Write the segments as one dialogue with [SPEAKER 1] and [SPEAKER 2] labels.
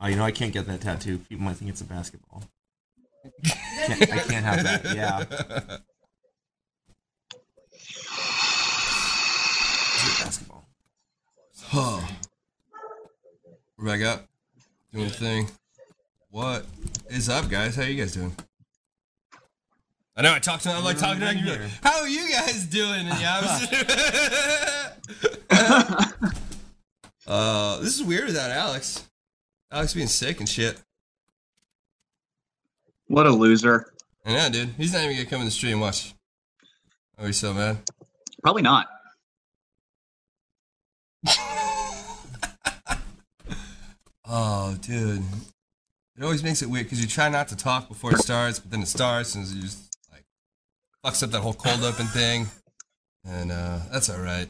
[SPEAKER 1] Oh, you know, I can't get that tattoo. People might think it's a basketball. Can't- I can't have that. Yeah. It's a basketball.
[SPEAKER 2] Huh. We're back up, doing the thing. What is up, guys? How you guys doing? I know I talked to I like talking to you. Like, How are you guys doing? And yeah, I was- uh, this is weird without Alex. Alex being sick and shit.
[SPEAKER 3] What a loser.
[SPEAKER 2] I know, dude. He's not even gonna come in the stream. Watch. Oh, he's so mad.
[SPEAKER 3] Probably not.
[SPEAKER 2] Oh, dude. It always makes it weird because you try not to talk before it starts, but then it starts and you just like fucks up that whole cold open thing. And uh, that's all right.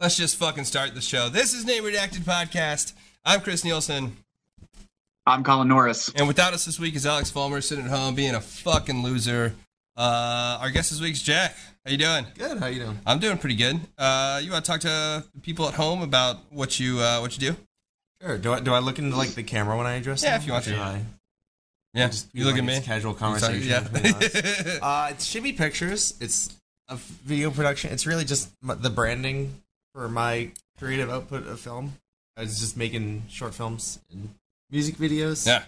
[SPEAKER 2] Let's just fucking start the show. This is Name Redacted Podcast. I'm Chris Nielsen.
[SPEAKER 3] I'm Colin Norris.
[SPEAKER 2] And without us this week is Alex Fulmer sitting at home being a fucking loser. Uh, our guest this week's Jack. How you doing?
[SPEAKER 1] Good. How you doing?
[SPEAKER 2] I'm doing pretty good. Uh, you want to talk to people at home about what you uh, what you do?
[SPEAKER 1] Sure. Do I do I look into like the camera when I address?
[SPEAKER 2] Yeah,
[SPEAKER 1] them?
[SPEAKER 2] if you want
[SPEAKER 1] Should
[SPEAKER 2] to.
[SPEAKER 1] I?
[SPEAKER 2] Yeah,
[SPEAKER 1] Just
[SPEAKER 2] you look
[SPEAKER 1] like
[SPEAKER 2] at me.
[SPEAKER 1] it's Casual conversation. between us.
[SPEAKER 2] yeah.
[SPEAKER 1] Uh, it should be pictures. It's a video production. It's really just m- the branding for my creative output of film. I was just making short films and music videos.
[SPEAKER 2] yeah.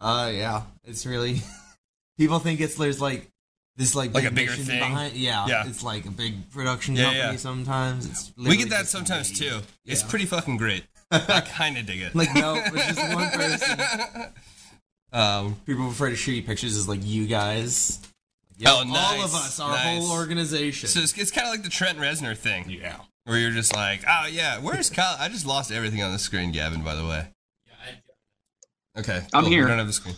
[SPEAKER 1] Uh, yeah. It's really people think it's there's like this like
[SPEAKER 2] Like a
[SPEAKER 1] big
[SPEAKER 2] bigger
[SPEAKER 1] mission
[SPEAKER 2] thing.
[SPEAKER 1] Behind, yeah,
[SPEAKER 2] Yeah.
[SPEAKER 1] It's like a big production
[SPEAKER 2] Yeah,
[SPEAKER 1] company
[SPEAKER 2] yeah.
[SPEAKER 1] sometimes. It's
[SPEAKER 2] We
[SPEAKER 1] literally
[SPEAKER 2] get that
[SPEAKER 1] just
[SPEAKER 2] sometimes
[SPEAKER 1] me.
[SPEAKER 2] too. It's
[SPEAKER 1] Yeah.
[SPEAKER 2] pretty fucking great. I kind of dig it.
[SPEAKER 1] Like no, it's just one person.
[SPEAKER 2] um,
[SPEAKER 1] People refer to shitty pictures as like you guys.
[SPEAKER 2] Oh,
[SPEAKER 1] all
[SPEAKER 2] nice,
[SPEAKER 1] of us, our
[SPEAKER 2] nice.
[SPEAKER 1] whole organization.
[SPEAKER 2] so it's, it's kind of like the Trent Reznor thing,
[SPEAKER 1] yeah.
[SPEAKER 2] where you're just like, oh yeah, where's Kyle? I just lost everything on the screen, Gavin. By the way. Okay.
[SPEAKER 3] I'm
[SPEAKER 2] cool.
[SPEAKER 3] here.
[SPEAKER 2] We don't have the screen.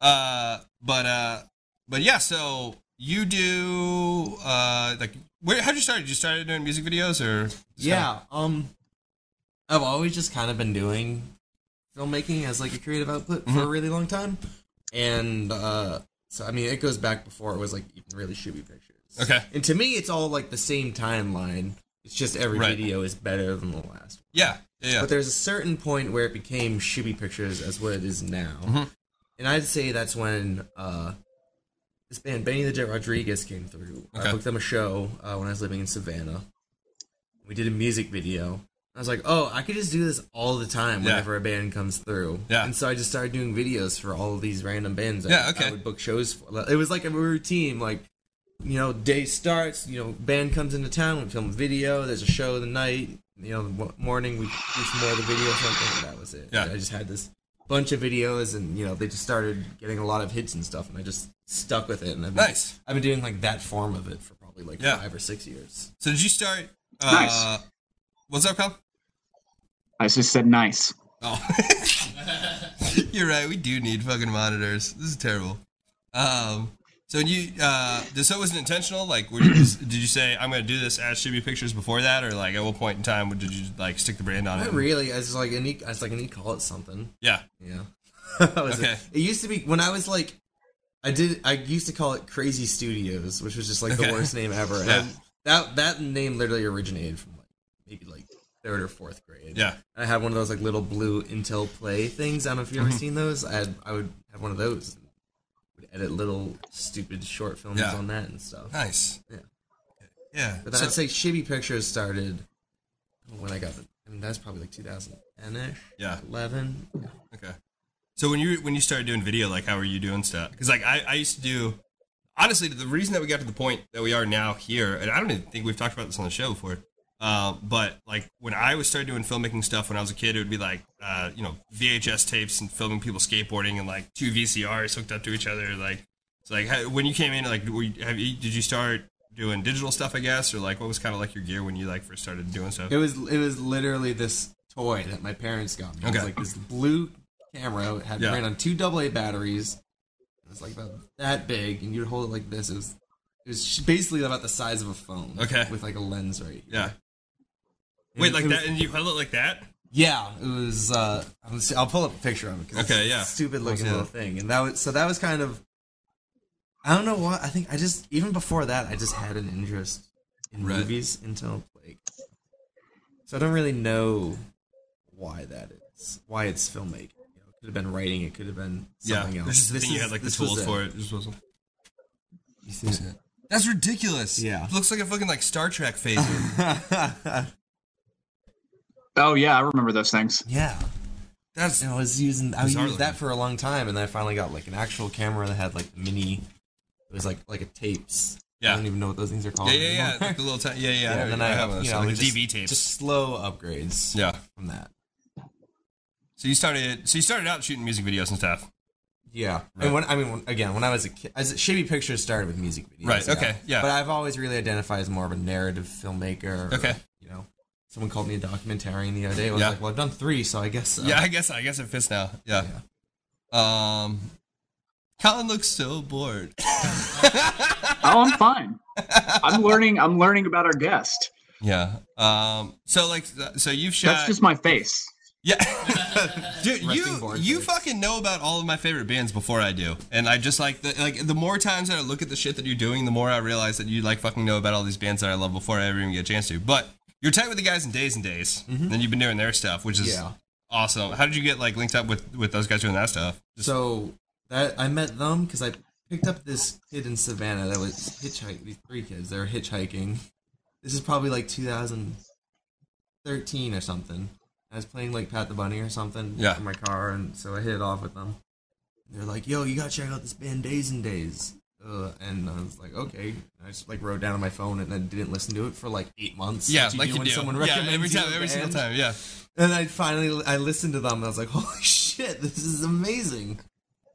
[SPEAKER 2] Uh, but uh, but yeah. So you do uh, like where? How'd you start? Did you started doing music videos or?
[SPEAKER 1] Yeah. Um, I've always just kind of been doing filmmaking as like a creative output for
[SPEAKER 2] Mm-hmm.
[SPEAKER 1] a really long time, and uh, so I mean, it goes back before it was like even really shitty pictures.
[SPEAKER 2] Okay.
[SPEAKER 1] And to me, it's all like the same timeline. It's just every
[SPEAKER 2] Right.
[SPEAKER 1] video is better than the last.
[SPEAKER 2] Yeah. Yeah.
[SPEAKER 1] But there's a certain point where it became shibby pictures as what it is now.
[SPEAKER 2] Mhm.
[SPEAKER 1] And I'd say that's when uh, this band, Benny the Jet Rodriguez, came through.
[SPEAKER 2] Okay.
[SPEAKER 1] I booked them a show uh, when I was living in Savannah. We did a music video. I was like, oh, I could just do this all the time
[SPEAKER 2] Yeah.
[SPEAKER 1] whenever a band comes through.
[SPEAKER 2] Yeah.
[SPEAKER 1] And so I just started doing videos for all of these random bands. I-
[SPEAKER 2] Yeah, okay.
[SPEAKER 1] I would book shows for. It was like a routine, like you know, day starts, you know, band comes into town, we film a video, there's a show the night, you know, the mo- morning we do some more of the video or something, and that was it.
[SPEAKER 2] Yeah.
[SPEAKER 1] I just had this bunch of videos and, you know, they just started getting a lot of hits and stuff, and I just stuck with it. And I've been,
[SPEAKER 2] Nice.
[SPEAKER 1] I've been doing, like, that form of it for probably, like,
[SPEAKER 2] Yeah.
[SPEAKER 1] five or six years.
[SPEAKER 2] So did you start? Uh,
[SPEAKER 3] Nice.
[SPEAKER 2] What's up, Kyle?
[SPEAKER 3] I just said nice.
[SPEAKER 2] Oh, you're right. We do need fucking monitors. This is terrible. Um, so you, uh, so it wasn't intentional. Like, were you just, did you say I'm going to do this as Shibby Pictures before that, or like at what point in time did you like stick the brand on it?
[SPEAKER 1] Not really. I was like, I need, I was like, I need to call it something.
[SPEAKER 2] Yeah.
[SPEAKER 1] Yeah. That was
[SPEAKER 2] Okay.
[SPEAKER 1] It. it used to be when I was like, I did. I used to call it Crazy Studios, which was just like
[SPEAKER 2] Okay.
[SPEAKER 1] the worst name ever. And
[SPEAKER 2] Yeah.
[SPEAKER 1] I- that that name literally originated from like maybe like third or fourth grade.
[SPEAKER 2] Yeah.
[SPEAKER 1] And I had one of those like little blue Intel Play things. I don't know if you've ever
[SPEAKER 2] Mm-hmm.
[SPEAKER 1] seen those. I had, I would have one of those. and Would edit little stupid short films
[SPEAKER 2] Yeah.
[SPEAKER 1] on that and stuff.
[SPEAKER 2] Nice.
[SPEAKER 1] Yeah.
[SPEAKER 2] Yeah.
[SPEAKER 1] But
[SPEAKER 2] So-
[SPEAKER 1] I'd say Chibi Pictures started when I got the. I mean, that's probably like 2010 ish.
[SPEAKER 2] Yeah.
[SPEAKER 1] 11.
[SPEAKER 2] Okay. So when you when you started doing video, like how are you doing stuff? Because like I, I used to do. Honestly, the reason that we got to the point that we are now here, and I don't even think we've talked about this on the show before, uh, but like when I was started doing filmmaking stuff when I was a kid, it would be like uh, you know VHS tapes and filming people skateboarding and like two VCRs hooked up to each other. Like it's like how, when you came in, like were you, have you, did you start doing digital stuff? I guess or like what was kind of like your gear when you like first started doing stuff?
[SPEAKER 1] It was it was literally this toy that my parents got me. It was
[SPEAKER 2] Okay.
[SPEAKER 1] like this blue camera. It had
[SPEAKER 2] Yeah.
[SPEAKER 1] ran on two AA batteries. It was like about that big, and you'd hold it like this. It was it was basically about the size of a phone.
[SPEAKER 2] Okay.
[SPEAKER 1] With like a lens right. here.
[SPEAKER 2] Yeah. Wait,
[SPEAKER 1] it
[SPEAKER 2] like
[SPEAKER 1] was-
[SPEAKER 2] that, and you held it like that.
[SPEAKER 1] Yeah, it was. Uh, I'll see- I'll pull up a picture of it. 'cause
[SPEAKER 2] Okay,
[SPEAKER 1] it's
[SPEAKER 2] yeah.
[SPEAKER 1] a Stupid
[SPEAKER 2] Let's
[SPEAKER 1] looking
[SPEAKER 2] do
[SPEAKER 1] little thing, and that was so that was kind of. I don't know what I think. I just even before that, I just had an interest in
[SPEAKER 2] Right.
[SPEAKER 1] movies until like. So I don't really know why that is. Why it's filmmaking. You know, could have been writing. It could have been
[SPEAKER 2] Yeah,
[SPEAKER 1] something else.
[SPEAKER 2] It's just the
[SPEAKER 1] This
[SPEAKER 2] thing you
[SPEAKER 1] is-
[SPEAKER 2] had like the
[SPEAKER 1] this was
[SPEAKER 2] tools
[SPEAKER 1] it.
[SPEAKER 2] for it. It just wasn't. You think that- That's ridiculous.
[SPEAKER 1] Yeah.
[SPEAKER 2] It looks like a fucking like Star Trek phaser.
[SPEAKER 3] Oh yeah, I remember those things.
[SPEAKER 1] Yeah,
[SPEAKER 2] That's
[SPEAKER 1] and I was using I
[SPEAKER 2] Bizarre
[SPEAKER 1] used
[SPEAKER 2] looking.
[SPEAKER 1] that for a long time, and then I finally got like an actual camera that had like mini. It was like like a tapes.
[SPEAKER 2] Yeah.
[SPEAKER 1] I don't even know what those things are called.
[SPEAKER 2] yeah, yeah, yeah.
[SPEAKER 1] anymore.
[SPEAKER 2] Like the little tiny. Yeah, yeah.
[SPEAKER 1] Yeah,
[SPEAKER 2] I
[SPEAKER 1] and
[SPEAKER 2] know-
[SPEAKER 1] then
[SPEAKER 2] I
[SPEAKER 1] I,
[SPEAKER 2] have one of
[SPEAKER 1] you
[SPEAKER 2] those,
[SPEAKER 1] know
[SPEAKER 2] like
[SPEAKER 1] just,
[SPEAKER 2] DV tapes.
[SPEAKER 1] just slow upgrades.
[SPEAKER 2] yeah.
[SPEAKER 1] from that.
[SPEAKER 2] So you started. So you started out shooting music videos and stuff.
[SPEAKER 1] Yeah,
[SPEAKER 2] Right.
[SPEAKER 1] and when I mean when, again, when I was a kid, as Shady Pictures started with music videos.
[SPEAKER 2] Right, okay, yeah.
[SPEAKER 1] But I've always really identified as more of a narrative filmmaker. or,
[SPEAKER 2] Okay.
[SPEAKER 1] you know, someone called me a documentarian the other day. I was
[SPEAKER 2] Yeah.
[SPEAKER 1] like, well, I've done three, so I guess. So.
[SPEAKER 2] Yeah, I guess. I guess it fits now. Yeah. Um, Colin looks so bored.
[SPEAKER 3] Oh, I'm fine. I'm learning. I'm learning about our guest.
[SPEAKER 2] yeah. Um. So like. So you've shot.
[SPEAKER 3] That's just my face.
[SPEAKER 2] Yeah, dude,
[SPEAKER 1] Resting
[SPEAKER 2] you
[SPEAKER 1] board
[SPEAKER 2] you
[SPEAKER 1] face.
[SPEAKER 2] fucking know about all of my favorite bands before I do, and I just like the like the more times that I look at the shit that you're doing, the more I realize that you like fucking know about all these bands that I love before I ever even get a chance to. But you're tight with the guys in Days and Days, and you've been doing their stuff, which is
[SPEAKER 1] Mm-hmm. Yeah.
[SPEAKER 2] awesome. How did you get like linked up with with those guys doing that stuff?
[SPEAKER 1] So that I met them because I picked up this kid in Savannah that was hitchhiking. These three kids, they were hitchhiking. This is probably like 2013 or something. I was playing like Pat the Bunny or something
[SPEAKER 2] Yeah.
[SPEAKER 1] in my car, and so I hit it off with them. They're like, "Yo, you gotta check out this band Days and Days." Uh, and I was like, "Okay." And I just like wrote down on my phone and I didn't listen to it for like eight months.
[SPEAKER 2] Yeah,
[SPEAKER 1] which
[SPEAKER 2] like you
[SPEAKER 1] when
[SPEAKER 2] do.
[SPEAKER 1] Someone
[SPEAKER 2] yeah,
[SPEAKER 1] recommends
[SPEAKER 2] every
[SPEAKER 1] you
[SPEAKER 2] time,
[SPEAKER 1] a
[SPEAKER 2] every single
[SPEAKER 1] band.
[SPEAKER 2] time. Yeah,
[SPEAKER 1] And I finally I listened to them and I was like, holy shit, this is amazing.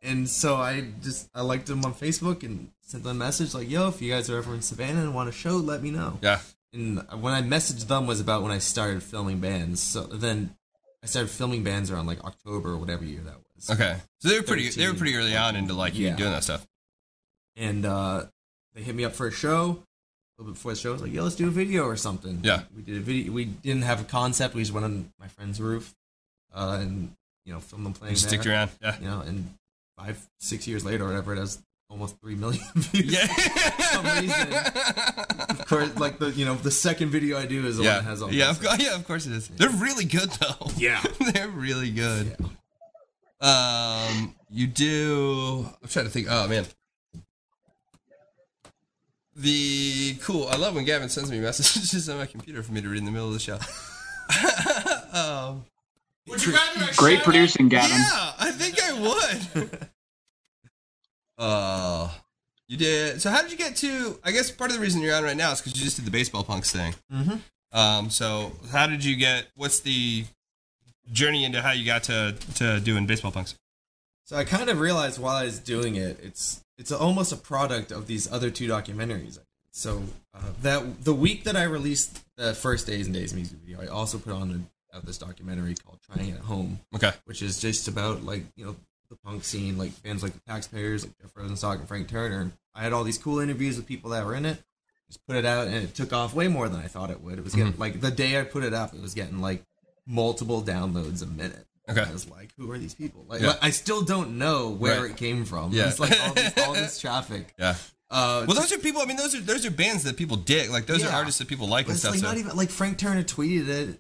[SPEAKER 1] And so I just I liked them on Facebook and sent them a message like, yo, if you guys are ever in Savannah and want a show, let me know.
[SPEAKER 2] yeah,
[SPEAKER 1] And when I messaged them was about when I started filming bands. So then I started filming bands around like October or whatever year that was.
[SPEAKER 2] okay. So they were pretty they were
[SPEAKER 1] 13,
[SPEAKER 2] pretty early on into like you
[SPEAKER 1] Yeah.
[SPEAKER 2] doing that stuff.
[SPEAKER 1] and uh, they hit me up for a show. A little bit before the show, I was like, "Yo, let's do a video or something."
[SPEAKER 2] Yeah.
[SPEAKER 1] we did a video. We didn't have a concept. We just went on my friend's roof, uh, and you know, filmed them playing.
[SPEAKER 2] Just sticked
[SPEAKER 1] there.
[SPEAKER 2] around. Yeah,
[SPEAKER 1] You know, and five, six years later, or whatever, it has almost three million views.
[SPEAKER 2] yeah.
[SPEAKER 1] Of course, like the you know the second video I do is the
[SPEAKER 2] yeah.
[SPEAKER 1] one that has all.
[SPEAKER 2] yeah,
[SPEAKER 1] this.
[SPEAKER 2] of course, yeah, of course it is. They're really good though.
[SPEAKER 1] Yeah.
[SPEAKER 2] they're really good. Um, you do. I'm trying to think. Oh man, the cool. I love when Gavin sends me messages on my computer for me to read in the middle of the show. um,
[SPEAKER 4] Would you rather I
[SPEAKER 3] Great
[SPEAKER 4] shout
[SPEAKER 3] producing, Gavin.
[SPEAKER 2] yeah, I think I would. uh, you did. So how did you get to? I guess part of the reason you're on right now is because you just did the baseball punks thing.
[SPEAKER 1] Mm-hmm.
[SPEAKER 2] Um, so how did you get? What's the journey into how you got to to doing baseball punks?
[SPEAKER 1] So I kind of realized while I was doing it, it's it's almost a product of these other two documentaries. So uh, that the week that I released the first Days and Days music video, I also put on a, out this documentary called "Trying It at Home,"
[SPEAKER 2] Okay.
[SPEAKER 1] which is just about like you know the punk scene, like bands like the Taxpayers, like Jeff Rosenstock and Frank Turner. I had all these cool interviews with people that were in it. Just put it out, and it took off way more than I thought it would. It was
[SPEAKER 2] Mm-hmm.
[SPEAKER 1] getting like the day I put it up, it was getting like multiple downloads a minute.
[SPEAKER 2] Okay.
[SPEAKER 1] I was like, who are these people? Like,
[SPEAKER 2] Yeah.
[SPEAKER 1] I still don't know where
[SPEAKER 2] Right.
[SPEAKER 1] it came from.
[SPEAKER 2] Yeah.
[SPEAKER 1] It's like all, these, all this traffic.
[SPEAKER 2] Yeah.
[SPEAKER 1] Uh,
[SPEAKER 2] Well, those are people. I mean, those are those are bands that people dig. Like those are
[SPEAKER 1] Yeah.
[SPEAKER 2] artists that people like and
[SPEAKER 1] it's
[SPEAKER 2] stuff.
[SPEAKER 1] like
[SPEAKER 2] so.
[SPEAKER 1] not even like Frank Turner tweeted it,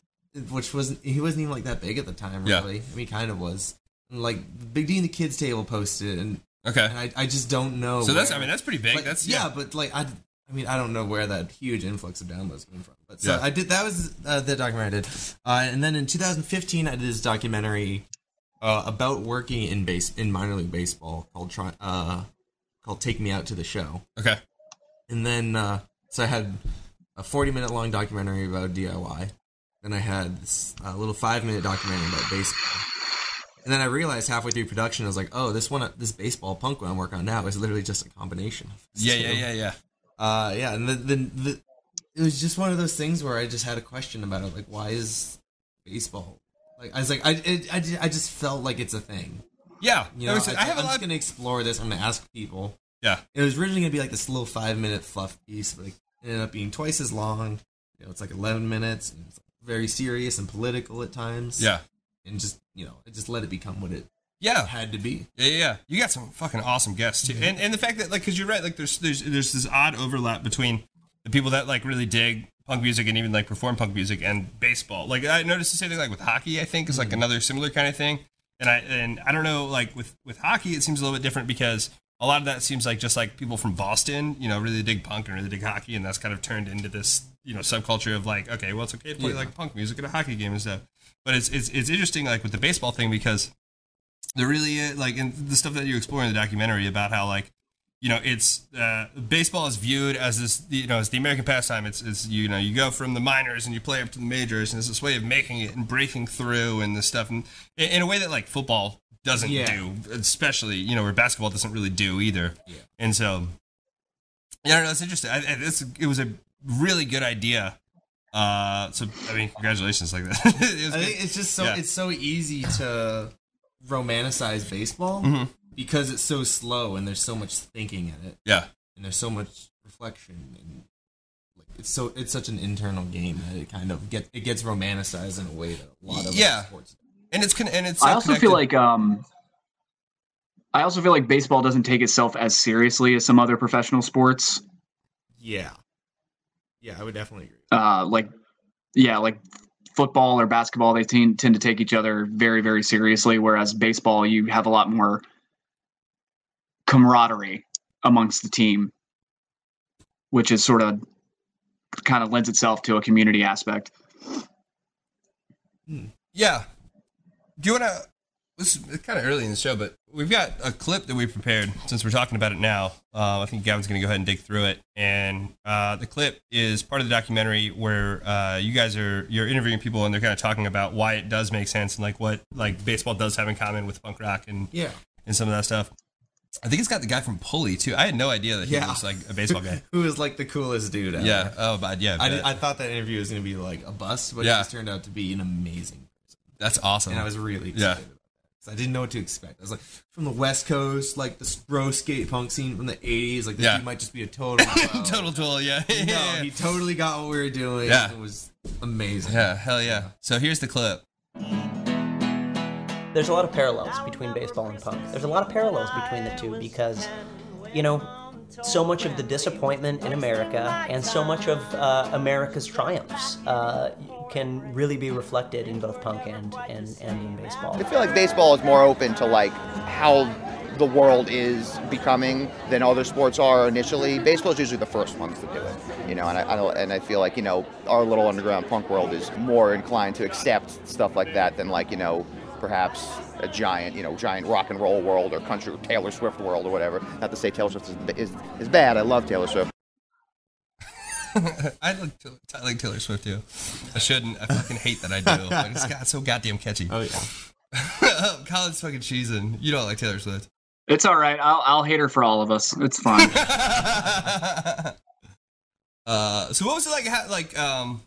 [SPEAKER 1] which wasn't he wasn't even like that big at the time.
[SPEAKER 2] Yeah.
[SPEAKER 1] Really, I mean, kind of was. And, like Big D and the Kids Table posted, it, and,
[SPEAKER 2] okay.
[SPEAKER 1] and I, I just don't know.
[SPEAKER 2] So that's.
[SPEAKER 1] where-
[SPEAKER 2] I mean, that's pretty big.
[SPEAKER 1] like,
[SPEAKER 2] that's
[SPEAKER 1] yeah,
[SPEAKER 2] yeah.
[SPEAKER 1] but like I, I mean, I don't know where that huge influx of downloads came from. But so
[SPEAKER 2] Yeah.
[SPEAKER 1] I did that was uh, the documentary I did, uh, and then in 2015 I did this documentary uh, about working in base in minor league baseball called try, uh, called Take Me Out to the Show,
[SPEAKER 2] Okay.
[SPEAKER 1] and then uh, so I had a 40 minute long documentary about DIY, then I had this uh, little five minute documentary about baseball. And then I realized halfway through production, I was like, "Oh, this one, this baseball punk one I'm working on now is literally just a combination." of these
[SPEAKER 2] Yeah.
[SPEAKER 1] two.
[SPEAKER 2] Yeah. Yeah. Yeah.
[SPEAKER 1] Uh, yeah, and then the, the, it was just one of those things where I just had a question about it, like why is baseball? Like I was like I it, I, ju- I just felt like it's a thing.
[SPEAKER 2] Yeah.
[SPEAKER 1] You
[SPEAKER 2] That
[SPEAKER 1] know,
[SPEAKER 2] makes sense. I, have a
[SPEAKER 1] am
[SPEAKER 2] lot.
[SPEAKER 1] just gonna explore this. I'm gonna ask people.
[SPEAKER 2] Yeah.
[SPEAKER 1] It was originally gonna be like this little five minute fluff piece, but it ended up being twice as long. You know, it's like 11 minutes. And it's very serious and political at times.
[SPEAKER 2] Yeah.
[SPEAKER 1] and just you know, I just let it become what it
[SPEAKER 2] Yeah.
[SPEAKER 1] had to be.
[SPEAKER 2] Yeah, yeah, yeah. You got some fucking awesome guests too, and and the fact that like, cause you're right, like there's there's there's this odd overlap between the people that like really dig punk music and even like perform punk music and baseball. Like I noticed the same thing like with hockey. I think is like another similar kind of thing. And I and I don't know, like with with hockey, it seems a little bit different because a lot of that seems like just like people from Boston, you know, really dig punk and really dig hockey, and that's kind of turned into this you know subculture of like, okay, well, it's okay to play
[SPEAKER 1] Yeah.
[SPEAKER 2] like punk music at a hockey game and stuff. But it's it's it's interesting, like with the baseball thing, because there really is, like and the stuff that you explore in the documentary about how like you know it's uh, baseball is viewed as this you know as the American pastime. It's it's you know you go from the minors and you play up to the majors, and it's this way of making it and breaking through and this stuff, and in, in a way that like football doesn't
[SPEAKER 1] Yeah.
[SPEAKER 2] do, especially you know where basketball doesn't really do either.
[SPEAKER 1] Yeah.
[SPEAKER 2] And so yeah, I don't know. It's interesting. I, I, this it was a really good idea. Uh, so I mean, congratulations like that. It was
[SPEAKER 1] I
[SPEAKER 2] good.
[SPEAKER 1] think it's just so
[SPEAKER 2] Yeah.
[SPEAKER 1] it's so easy to romanticize baseball
[SPEAKER 2] Mhm.
[SPEAKER 1] because it's so slow and there's so much thinking in it
[SPEAKER 2] yeah.
[SPEAKER 1] and there's so much reflection and like it's so it's such an internal game that it kind of get it gets romanticized in a way that a lot of
[SPEAKER 2] Yeah.
[SPEAKER 1] other sports.
[SPEAKER 2] And it's con- and it's.
[SPEAKER 3] I
[SPEAKER 2] so
[SPEAKER 3] also
[SPEAKER 2] connected-
[SPEAKER 3] feel like um, I also feel like baseball doesn't take itself as seriously as some other professional sports.
[SPEAKER 1] Yeah, yeah, I would definitely agree.
[SPEAKER 3] Uh, like, yeah, like football or basketball, they tend tend to take each other very, very seriously. Whereas baseball, you have a lot more camaraderie amongst the team, which is sort of kind of lends itself to a community aspect.
[SPEAKER 2] Yeah. Do you want to? This is kind of early in the show, but we've got a clip that we prepared since we're talking about it now. Uh, I think Gavin's going to go ahead and dig through it, and uh, the clip is part of the documentary where uh, you guys are you're interviewing people and they're kind of talking about why it does make sense and like what like baseball does have in common with punk rock and
[SPEAKER 1] Yeah,
[SPEAKER 2] and some of that stuff. I think it's got the guy from Pulley too. I had no idea that he
[SPEAKER 1] Yeah.
[SPEAKER 2] was like a baseball guy.
[SPEAKER 1] who is like the coolest dude? Ever.
[SPEAKER 2] yeah. Oh, but yeah,
[SPEAKER 1] I,
[SPEAKER 2] but
[SPEAKER 1] did- I thought that interview was gonna be like a bust, but
[SPEAKER 2] Yeah.
[SPEAKER 1] it just turned out to be an amazing.
[SPEAKER 2] that's awesome.
[SPEAKER 1] And I was really excited
[SPEAKER 2] Yeah.
[SPEAKER 1] about that 'cause I didn't know what to expect. I was like, from the West Coast, like the bro skate punk scene from the '80s, like this
[SPEAKER 2] Yeah.
[SPEAKER 1] dude might just be a total pro.
[SPEAKER 2] Total tool. Yeah.
[SPEAKER 1] No, he totally got what we were doing.
[SPEAKER 2] Yeah.
[SPEAKER 1] it was amazing.
[SPEAKER 2] yeah. Hell yeah. So here's the clip.
[SPEAKER 4] there's a lot of parallels between baseball and punk. There's a lot of parallels between the two because, you know, so much of the disappointment in America and so much of uh, America's triumphs uh, can really be reflected in both punk and, and, and in baseball.
[SPEAKER 5] I feel like baseball is more open to like how the world is becoming than other sports are initially. Baseball is usually the first ones to do it, you know. And I, I don't- and I feel like you know our little underground punk world is more inclined to accept stuff like that than like you know perhaps a giant you know giant rock and roll world or country Taylor Swift world or whatever. Not to say Taylor Swift is, is, is bad. I love Taylor Swift.
[SPEAKER 2] I like Taylor, I like Taylor Swift too. I shouldn't. I fucking hate that I do. Like, it's got so goddamn catchy.
[SPEAKER 1] Oh yeah.
[SPEAKER 2] Colin's fucking cheesing. You don't like Taylor Swift.
[SPEAKER 3] It's all right. I'll I'll hate her for all of us. It's fine.
[SPEAKER 2] uh, so what was it like? Ha- like, um,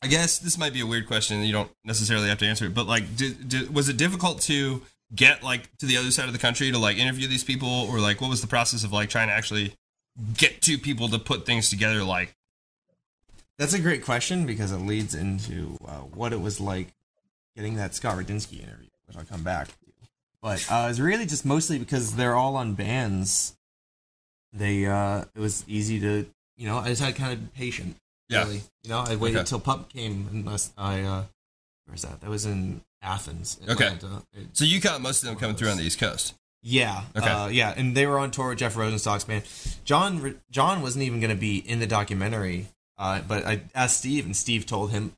[SPEAKER 2] I guess this might be a weird question. and You don't necessarily have to answer it, but like, did, did, was it difficult to get like to the other side of the country to like interview these people, or like what was the process of like trying to actually get two people to put things together? Like,
[SPEAKER 1] That's a great question because it leads into uh, what it was like getting that Scott Radinsky interview, which I'll come back to. But uh, it's really just mostly because they're all on bands. They uh, it was easy to you know I just had to kind of be patient.
[SPEAKER 2] yeah,
[SPEAKER 1] Really. You know I waited
[SPEAKER 2] Okay.
[SPEAKER 1] till Pup came unless I uh, where was that? That was in Athens.
[SPEAKER 2] Okay.
[SPEAKER 1] Atlanta. It-
[SPEAKER 2] so you caught most of them coming through on the East Coast.
[SPEAKER 1] yeah.
[SPEAKER 2] Okay.
[SPEAKER 1] Uh, yeah, and they were on tour with Jeff Rosenstock's band. John John wasn't even going to be in the documentary, uh, but I asked Steve, and Steve told him.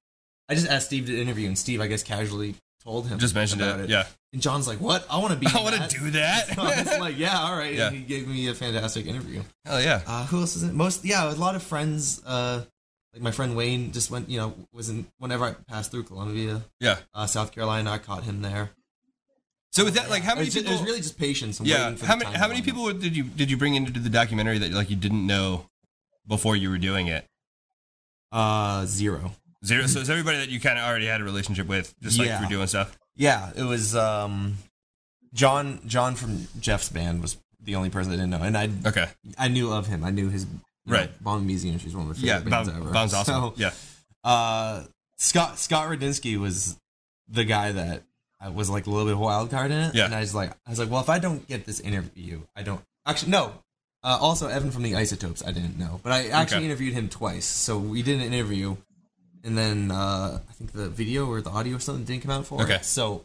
[SPEAKER 1] I just asked Steve to interview, and Steve, I guess, casually told him.
[SPEAKER 2] Just mentioned
[SPEAKER 1] about
[SPEAKER 2] it. Yeah,
[SPEAKER 1] And John's like, "What? I want to be.
[SPEAKER 2] I want to do that.
[SPEAKER 1] So I was like, "Yeah, all right."
[SPEAKER 2] Yeah.
[SPEAKER 1] And he gave me a fantastic interview.
[SPEAKER 2] Hell yeah.
[SPEAKER 1] Uh, who else is it? Most yeah, a lot of friends. Uh, like my friend Wayne just went. You know, was in whenever I passed through Columbia,
[SPEAKER 2] Yeah.
[SPEAKER 1] uh, South Carolina. I caught him there.
[SPEAKER 2] So with that, like, how many
[SPEAKER 1] It's-
[SPEAKER 2] people?
[SPEAKER 1] It was really just patience. And
[SPEAKER 2] yeah.
[SPEAKER 1] waiting for
[SPEAKER 2] How
[SPEAKER 1] the
[SPEAKER 2] many?
[SPEAKER 1] time
[SPEAKER 2] How
[SPEAKER 1] to
[SPEAKER 2] many
[SPEAKER 1] line up.
[SPEAKER 2] people would- did you did you bring into the documentary that like you didn't know before you were doing it?
[SPEAKER 1] Uh, zero.
[SPEAKER 2] Zero. so it's everybody that you kind of already had a relationship with, just like
[SPEAKER 1] Yeah.
[SPEAKER 2] through doing stuff.
[SPEAKER 1] Yeah, it was um, John. John from Jeff's band was the only person I didn't know, and I
[SPEAKER 2] Okay.
[SPEAKER 1] I knew of him. I knew his you know,
[SPEAKER 2] Right.
[SPEAKER 1] Bon Museum. She's one of my favorite
[SPEAKER 2] Yeah.
[SPEAKER 1] bands
[SPEAKER 2] Bob,
[SPEAKER 1] ever.
[SPEAKER 2] Bob's awesome.
[SPEAKER 1] So,
[SPEAKER 2] yeah.
[SPEAKER 1] uh, Scott Scott Radinsky was the guy that I was like a little bit of a wild card in it.
[SPEAKER 2] Yeah.
[SPEAKER 1] and I was like, I was like, well, if I don't get this interview, I don't actually no. Uh, also, Evan from the Isotopes, I didn't know, but I actually
[SPEAKER 2] Okay.
[SPEAKER 1] interviewed him twice. So we did an interview, and then uh, I think the video or the audio or something didn't come out for
[SPEAKER 2] Okay.
[SPEAKER 1] it. So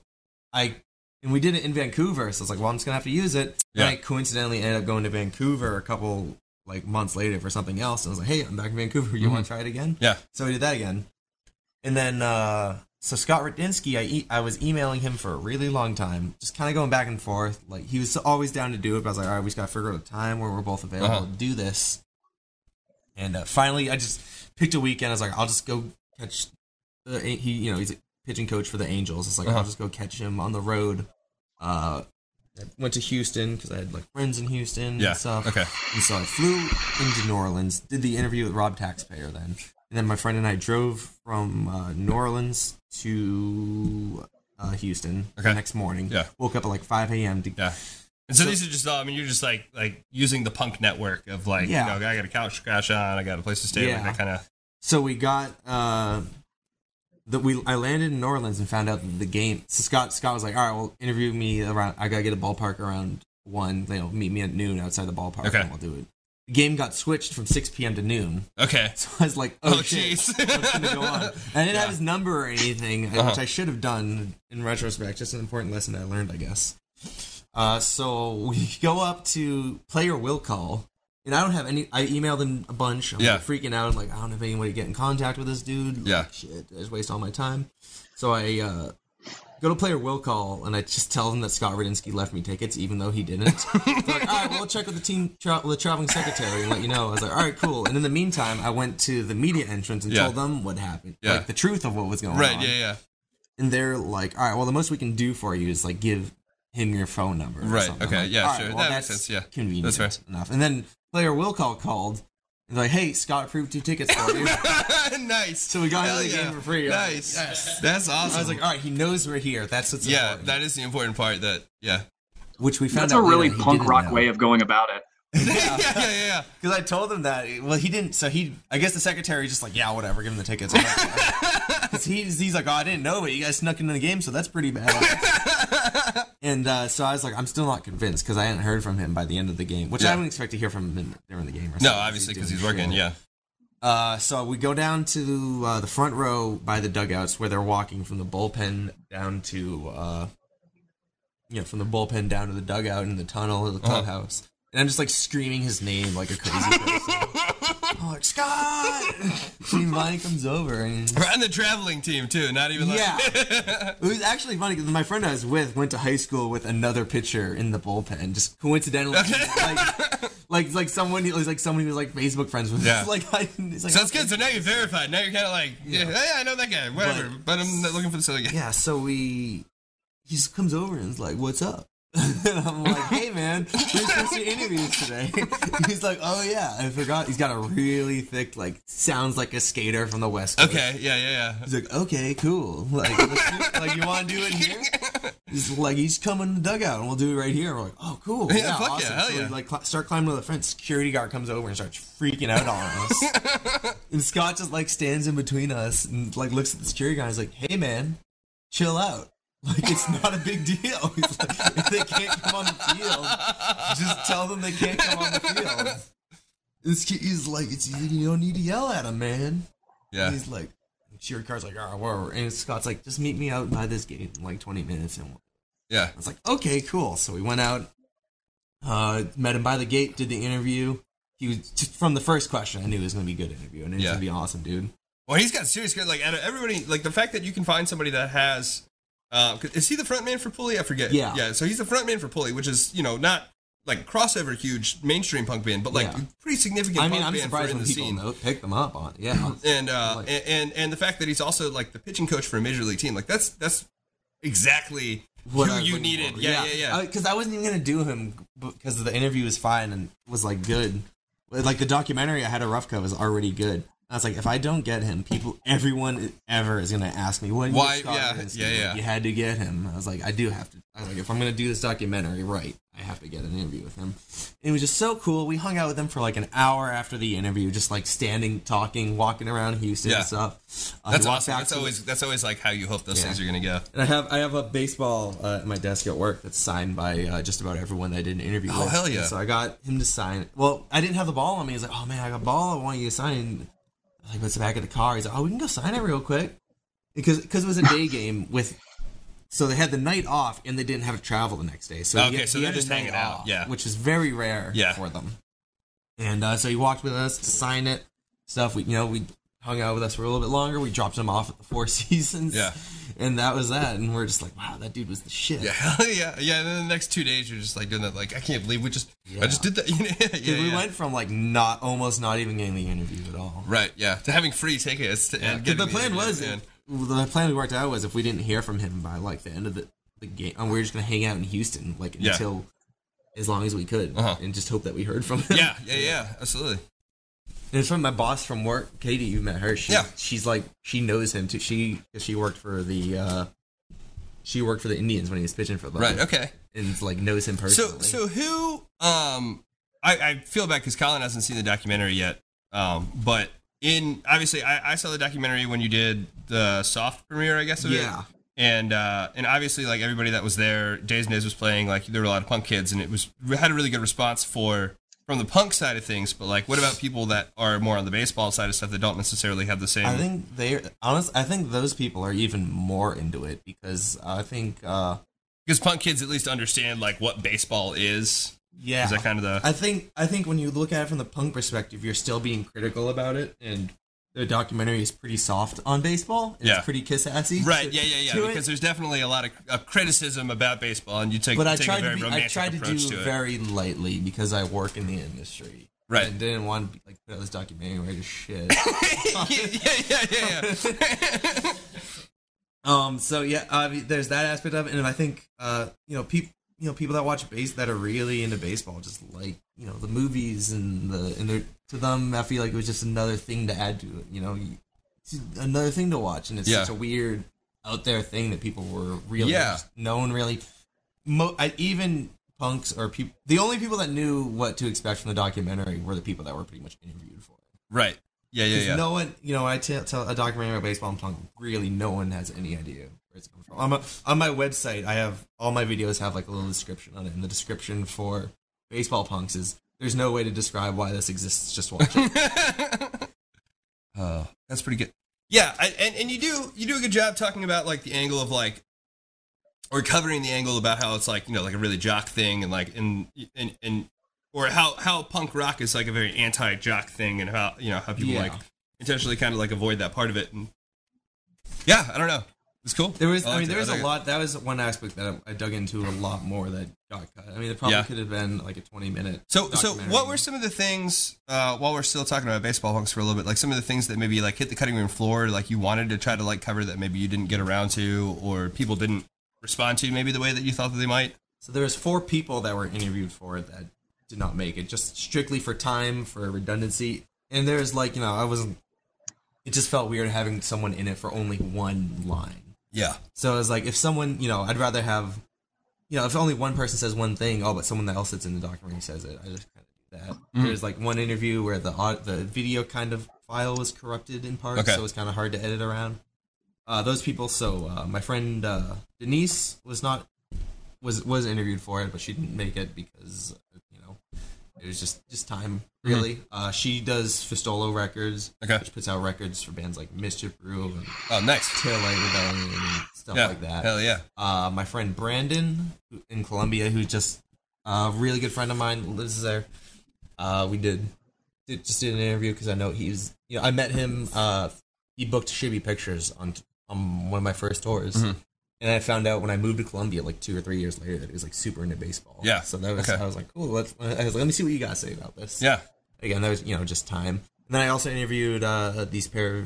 [SPEAKER 1] I and we did it in Vancouver. So I was like, well, I'm just gonna have to use it.
[SPEAKER 2] Yeah.
[SPEAKER 1] And I coincidentally ended up going to Vancouver a couple like months later for something else. And I was like, hey, I'm back in Vancouver. You
[SPEAKER 2] Mm-hmm.
[SPEAKER 1] want to try it again?
[SPEAKER 2] Yeah.
[SPEAKER 1] So we did that again. And then uh, so Scott Radinsky, I e- I was emailing him for a really long time, just kind of going back and forth. Like he was always down to do it, but I was like, all right, we just got to figure out a time where we're both available
[SPEAKER 2] Uh-huh.
[SPEAKER 1] to do this. And uh, finally, I just picked a weekend. I was like, I'll just go catch. The, he, you know, he's a pitching coach for the Angels. It's like
[SPEAKER 2] Uh-huh.
[SPEAKER 1] I'll just go catch him on the road. Uh, I went to Houston because I had like friends in Houston
[SPEAKER 2] Yeah.
[SPEAKER 1] and stuff.
[SPEAKER 2] Okay.
[SPEAKER 1] And so I flew into New Orleans, did the interview with Rob Taxpayer then. And then my friend and I drove from uh, New Orleans to uh, Houston
[SPEAKER 2] Okay.
[SPEAKER 1] the next morning.
[SPEAKER 2] Yeah.
[SPEAKER 1] Woke up at like 5 a.m. to
[SPEAKER 2] Yeah. And so, these are just, all- I mean, you're just like like using the punk network of like,
[SPEAKER 1] Yeah.
[SPEAKER 2] you know, I got a couch to crash on, I got a place to stay, like
[SPEAKER 1] Yeah.
[SPEAKER 2] that kind of.
[SPEAKER 1] So we got uh that we I landed in New Orleans and found out that the game. So Scott Scott was like, "All right, well, interview me around. I gotta get a ballpark around one. You know, meet me at noon outside the ballpark,
[SPEAKER 2] Okay.
[SPEAKER 1] and we'll do it." The game got switched from 6 p.m. to noon.
[SPEAKER 2] Okay.
[SPEAKER 1] So I was like, "Oh,
[SPEAKER 2] Oh,
[SPEAKER 1] shit,
[SPEAKER 2] jeez.
[SPEAKER 1] what's gonna go on?" I didn't
[SPEAKER 2] Yeah.
[SPEAKER 1] have his number or anything,
[SPEAKER 2] Uh-huh.
[SPEAKER 1] which I should have done in retrospect. Just an important lesson I learned, I guess. Uh, so we go up to player will call, and I don't have any. I emailed him a bunch. I'm
[SPEAKER 2] Yeah.
[SPEAKER 1] like, freaking out. I'm like, I don't have any way to get in contact with this dude. Like,
[SPEAKER 2] Yeah.
[SPEAKER 1] shit, I just waste all my time. So I uh, go to player will call, and I just tell him that Scott Radinsky left me tickets, even though he didn't. They're like, all right, well, we'll check with the team, tra- with the traveling secretary, and let you know. I was like, all right, cool. And in the meantime, I went to the media entrance and
[SPEAKER 2] Yeah.
[SPEAKER 1] told them what happened,
[SPEAKER 2] Yeah.
[SPEAKER 1] like the truth of what was going
[SPEAKER 2] Right.
[SPEAKER 1] on
[SPEAKER 2] Yeah. Yeah.
[SPEAKER 1] and they're like, "All right, well, the most we can do for you is like give him your phone number." or
[SPEAKER 2] Right,
[SPEAKER 1] something.
[SPEAKER 2] okay,
[SPEAKER 1] Like,
[SPEAKER 2] yeah,
[SPEAKER 1] "All right,
[SPEAKER 2] sure,
[SPEAKER 1] well,
[SPEAKER 2] that makes
[SPEAKER 1] that's
[SPEAKER 2] sense, yeah.
[SPEAKER 1] convenient
[SPEAKER 2] That's
[SPEAKER 1] enough. And then player will call called and they're like, "Hey, Scott approved two tickets for you."
[SPEAKER 2] nice.
[SPEAKER 1] So we got
[SPEAKER 2] Hell
[SPEAKER 1] into the game for free. I was like,
[SPEAKER 2] Nice.
[SPEAKER 1] "Yes."
[SPEAKER 2] That's awesome.
[SPEAKER 1] I was like, "All right, he knows we're here. That's what's
[SPEAKER 2] yeah,
[SPEAKER 1] important."
[SPEAKER 2] that is the important part. That yeah,
[SPEAKER 1] which we found
[SPEAKER 3] That's
[SPEAKER 1] out
[SPEAKER 3] a really
[SPEAKER 1] later he
[SPEAKER 3] punk
[SPEAKER 1] didn't
[SPEAKER 3] rock
[SPEAKER 1] know.
[SPEAKER 3] way of going about it.
[SPEAKER 2] yeah, yeah, yeah.
[SPEAKER 1] Because I told him that. Well, he didn't. So he, I guess the secretary just like, yeah, whatever, give him the tickets. Because he's, he's like, oh, I didn't know it. You guys snuck into the game, so that's pretty bad. and uh, so I was like, I'm still not convinced because I hadn't heard from him by the end of the game, which
[SPEAKER 2] Yeah.
[SPEAKER 1] I wouldn't expect to hear from him during the game. Or
[SPEAKER 2] No,
[SPEAKER 1] something,
[SPEAKER 2] obviously because
[SPEAKER 1] doing
[SPEAKER 2] he's working.
[SPEAKER 1] shit.
[SPEAKER 2] Yeah,
[SPEAKER 1] Uh, so we go down to uh, the front row by the dugouts where they're walking from the bullpen down to, uh, you know, from the bullpen down to the dugout in the tunnel of the
[SPEAKER 2] Uh-huh.
[SPEAKER 1] clubhouse. And I'm just like screaming his name like a crazy person. I'm like, Scott! and Vine comes over and.
[SPEAKER 2] we're on the traveling team too. Not even like
[SPEAKER 1] Yeah. It was actually funny because my friend I was with went to high school with another pitcher in the bullpen, just coincidentally, like, like like someone it was like someone who was like Facebook friends with.
[SPEAKER 2] Yeah.
[SPEAKER 1] like, I, it's like
[SPEAKER 2] So that's good. So now you're verified. Now you're kind of like, yeah, yeah, I know that guy. Whatever. But,
[SPEAKER 1] But-
[SPEAKER 2] I'm not looking for this other guy.
[SPEAKER 1] yeah, so we he just comes over and is like, "What's up?" and I'm like, "Hey, man, we're supposed to interview you today." He's like, "Oh yeah, I forgot." He's got a really thick, like, sounds like a skater from the West Coast.
[SPEAKER 2] Okay. Yeah. Yeah. Yeah.
[SPEAKER 1] He's like, "Okay, cool. Like, let's do- like you want to do it here?" He's like, "He's coming in the dugout, and we'll do it right here." We're like, "Oh, cool.
[SPEAKER 2] Yeah, fuck yeah, hell
[SPEAKER 1] so we,
[SPEAKER 2] yeah.
[SPEAKER 1] like cl- start climbing over the fence. Security guard comes over and starts freaking out on us. and Scott just like stands in between us and like looks at the security guard. And is like, "Hey, man, chill out." Like it's not a big deal. He's like, if they can't come on the field, just tell them they can't come on the field. This kid, he's like, it's you don't need to yell at him, man.
[SPEAKER 2] Yeah.
[SPEAKER 1] He's like, Sherry Carr's like, all right, whatever. And Scott's like, just meet me out by this gate in like 20 minutes. And I
[SPEAKER 2] Yeah.
[SPEAKER 1] was like, okay, cool. So we went out, uh, met him by the gate, did the interview. He was just from the first question, I knew it was going to be a good interview, and it was
[SPEAKER 2] Yeah.
[SPEAKER 1] going to be awesome, dude.
[SPEAKER 2] Well, he's got serious good. Like out of everybody, like the fact that you can find somebody that has. Uh, 'cause- is he the front man for Pulley? I forget.
[SPEAKER 1] Yeah.
[SPEAKER 2] Yeah. So he's the front man for Pulley, which is you know not like crossover huge mainstream punk band, but like
[SPEAKER 1] Yeah.
[SPEAKER 2] pretty significant.
[SPEAKER 1] I mean,
[SPEAKER 2] punk
[SPEAKER 1] I'm
[SPEAKER 2] band for
[SPEAKER 1] surprised
[SPEAKER 2] in
[SPEAKER 1] when
[SPEAKER 2] the
[SPEAKER 1] people
[SPEAKER 2] scene.
[SPEAKER 1] know, pick them up on. Yeah,
[SPEAKER 2] and uh,
[SPEAKER 1] Like-
[SPEAKER 2] and, and and the fact that he's also like the pitching coach for a major league team, like that's that's exactly who
[SPEAKER 1] I was
[SPEAKER 2] you
[SPEAKER 1] looking
[SPEAKER 2] needed.
[SPEAKER 1] for.
[SPEAKER 2] Yeah, yeah, yeah.
[SPEAKER 1] Because I wasn't even gonna do him because the interview was fine and was like good. Like the documentary I had a rough cut was already good. I was like, if I don't get him, people, everyone ever is gonna ask me what.
[SPEAKER 2] Why-
[SPEAKER 1] Scott
[SPEAKER 2] yeah,
[SPEAKER 1] Radinsky?
[SPEAKER 2] yeah,
[SPEAKER 1] Like,
[SPEAKER 2] yeah.
[SPEAKER 1] You had to get him. I was like, I do have to. I was like, if I'm gonna do this documentary, right, I have to get an interview with him. And it was just so cool. We hung out with him for like an hour after the interview, just like standing, talking, walking around Houston
[SPEAKER 2] Yeah.
[SPEAKER 1] and stuff. Uh, he
[SPEAKER 2] that's
[SPEAKER 1] walked
[SPEAKER 2] awesome.
[SPEAKER 1] back
[SPEAKER 2] That's
[SPEAKER 1] to-
[SPEAKER 2] always that's always like how you hope those
[SPEAKER 1] Yeah.
[SPEAKER 2] things are gonna go.
[SPEAKER 1] and I have I have a baseball uh, at my desk at work that's signed by uh, just about everyone that I did an interview
[SPEAKER 2] Oh,
[SPEAKER 1] with.
[SPEAKER 2] hell yeah.
[SPEAKER 1] And so I got him to sign. Well, I didn't have the ball on me. He's like, "Oh man, I got a ball. I want you to sign." I was like, "What's the back of the car?" He's like, "Oh, we can go sign it real quick," because because it was a day game with So they had the night off and they didn't have to travel the next day. So he-
[SPEAKER 2] Okay, so
[SPEAKER 1] he
[SPEAKER 2] they're
[SPEAKER 1] had the
[SPEAKER 2] just hanging
[SPEAKER 1] night
[SPEAKER 2] out, yeah.
[SPEAKER 1] which is very rare
[SPEAKER 2] Yeah.
[SPEAKER 1] for them. And uh, so he walked with us to sign it, stuff. We you know we hung out with us for a little bit longer. We dropped him off at the Four Seasons,
[SPEAKER 2] Yeah.
[SPEAKER 1] and that was that. And we're just like, wow, that dude was the shit.
[SPEAKER 2] Yeah, hell yeah, yeah. And then the next two days, you're just like doing that. Like, I can't believe we just, I
[SPEAKER 1] Yeah.
[SPEAKER 2] just did that. You know? yeah,
[SPEAKER 1] Dude, we
[SPEAKER 2] yeah.
[SPEAKER 1] went from like not almost not even getting the interview at all.
[SPEAKER 2] right, yeah, to having free tickets. To, and
[SPEAKER 1] 'Cause
[SPEAKER 2] getting
[SPEAKER 1] the plan
[SPEAKER 2] interview,
[SPEAKER 1] was
[SPEAKER 2] man.
[SPEAKER 1] the plan we worked out was if we didn't hear from him by like the end of the, the game, and we were just gonna hang out in Houston like
[SPEAKER 2] Yeah.
[SPEAKER 1] until as long as we could,
[SPEAKER 2] Uh-huh.
[SPEAKER 1] and just hope that we heard from him.
[SPEAKER 2] Yeah, yeah, yeah, absolutely.
[SPEAKER 1] And it's from my boss from work, Katie. You met her. She,
[SPEAKER 2] Yeah.
[SPEAKER 1] she's like she knows him too. She she worked for the uh, she worked for the Indians when he was pitching for them,
[SPEAKER 2] Right, okay.
[SPEAKER 1] And like knows him
[SPEAKER 2] So,
[SPEAKER 1] personally.
[SPEAKER 2] so who? Um, I, I feel bad because Colin hasn't seen the documentary yet. Um, but in obviously, I, I saw the documentary when you did the soft premiere, I guess. Of it.
[SPEAKER 1] yeah,
[SPEAKER 2] and uh, and obviously like everybody that was there, Days and Days was playing. Like there were a lot of punk kids, and it was we had a really good response for from the punk side of things. But like, what about people that are more on the baseball side of stuff that don't necessarily have the same?
[SPEAKER 1] I think they honest. I think those people are even more into it because I think uh,
[SPEAKER 2] because punk kids at least understand like what baseball is.
[SPEAKER 1] yeah,
[SPEAKER 2] Is that kind of the
[SPEAKER 1] I think I think when you look at it from the punk perspective, you're still being critical about it, and the documentary is pretty soft on baseball. and
[SPEAKER 2] Yeah.
[SPEAKER 1] It's pretty kiss assy.
[SPEAKER 2] right? Yeah, yeah, yeah.
[SPEAKER 1] to it.
[SPEAKER 2] Because there's definitely a lot of uh, criticism about baseball, and you take
[SPEAKER 1] but I
[SPEAKER 2] take
[SPEAKER 1] tried
[SPEAKER 2] a very
[SPEAKER 1] to be, I
[SPEAKER 2] romantic
[SPEAKER 1] tried to do
[SPEAKER 2] approach to it.
[SPEAKER 1] very lightly because I work in the industry.
[SPEAKER 2] Right.
[SPEAKER 1] And didn't want to be, like put out this documentary to shit.
[SPEAKER 2] yeah, yeah, yeah, yeah.
[SPEAKER 1] um. So yeah, I mean, there's that aspect of it, and I think uh, you know, people. You know, people that watch base that are really into baseball just like you know the movies and the and they're to them. I feel like it was just another thing to add to it. You know, you- it's another thing to watch, and it's
[SPEAKER 2] Yeah.
[SPEAKER 1] such a weird out there thing that people were really
[SPEAKER 2] Yeah.
[SPEAKER 1] no one really mo- I, even punks or people the only people that knew what to expect from the documentary were the people that were pretty much interviewed for it
[SPEAKER 2] Right. Yeah, yeah,
[SPEAKER 1] 'Cause
[SPEAKER 2] yeah.
[SPEAKER 1] no one you know i tell, tell a documentary about baseball and punk really no one has any idea where it's coming from on my, on my website i have all my videos have like a little description on it and the description for baseball punks is there's no way to describe why this exists just watch it Uh,
[SPEAKER 2] Oh, that's pretty good. Yeah, I, and and you do you do a good job talking about like the angle of like or covering the angle about how it's like you know like a really jock thing and like and and and or how how punk rock is like a very anti jock thing and how you know how people
[SPEAKER 1] Yeah.
[SPEAKER 2] like intentionally kind of like avoid that part of it and yeah I don't know it's cool
[SPEAKER 1] There was, I,
[SPEAKER 2] liked
[SPEAKER 1] mean,
[SPEAKER 2] it.
[SPEAKER 1] there was a
[SPEAKER 2] like it.
[SPEAKER 1] lot. That was one aspect that I, I dug into a lot more that got cut. I mean, it probably
[SPEAKER 2] Yeah.
[SPEAKER 1] could have been like a twenty-minute.
[SPEAKER 2] So, so what were some of the things uh, while we're still talking about baseball punks for a little bit? Like some of the things that maybe like hit the cutting room floor, like you wanted to try to like cover that maybe you didn't get around to, or people didn't respond to maybe the way that you thought that they might.
[SPEAKER 1] So there was four people that were interviewed for it that did not make it, just strictly for time, for redundancy. And there's like, you know, I wasn't. It just felt weird having someone in it for only one line.
[SPEAKER 2] Yeah,
[SPEAKER 1] So it was like, if someone, you know, I'd rather have, you know, if only one person says one thing, oh, but someone else that's in the documentary says it. I just kind of do that.
[SPEAKER 2] Mm-hmm.
[SPEAKER 1] There's like one interview where the au- the video kind of file was corrupted in parts,
[SPEAKER 2] Okay.
[SPEAKER 1] so it's kind of hard to edit around. Uh, those people. So uh, my friend uh, Denise was not was was interviewed for it, but she didn't make it because you know it was just just time really. Uh, she does Fistolo Records,
[SPEAKER 2] Mm-hmm. Okay.
[SPEAKER 1] which puts out records for bands like Mischief Brew and
[SPEAKER 2] Oh, nice.
[SPEAKER 1] Tail Light Rebellion and stuff
[SPEAKER 2] Yeah,
[SPEAKER 1] like that
[SPEAKER 2] Hell yeah.
[SPEAKER 1] uh, my friend Brandon who- in Colombia, who's just a really good friend of mine, lives there. Uh, we did, did just did an interview because I know he's you know I met him. Uh, he booked Shibby Pictures on on one of my first tours,
[SPEAKER 2] Mm-hmm.
[SPEAKER 1] and I found out when I moved to Colombia like two or three years later that he was like super into baseball.
[SPEAKER 2] Yeah,
[SPEAKER 1] so that was
[SPEAKER 2] okay.
[SPEAKER 1] I was like cool. Let's I was like, let me see what you guys say about this
[SPEAKER 2] Yeah.
[SPEAKER 1] again that was you know just time and then i also interviewed uh these pair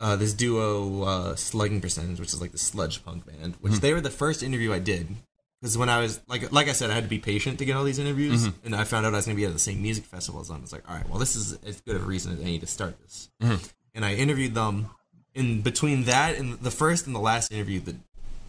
[SPEAKER 1] uh this duo uh slugging percentage which is like the sludge punk band which they were the first interview i did because when i was like like i said i had to be patient to get all these interviews and i found out i was going to be at the same music festival as them i was like all right well this is as good of a reason as any to start this and i interviewed them in between that and the first and the last interview the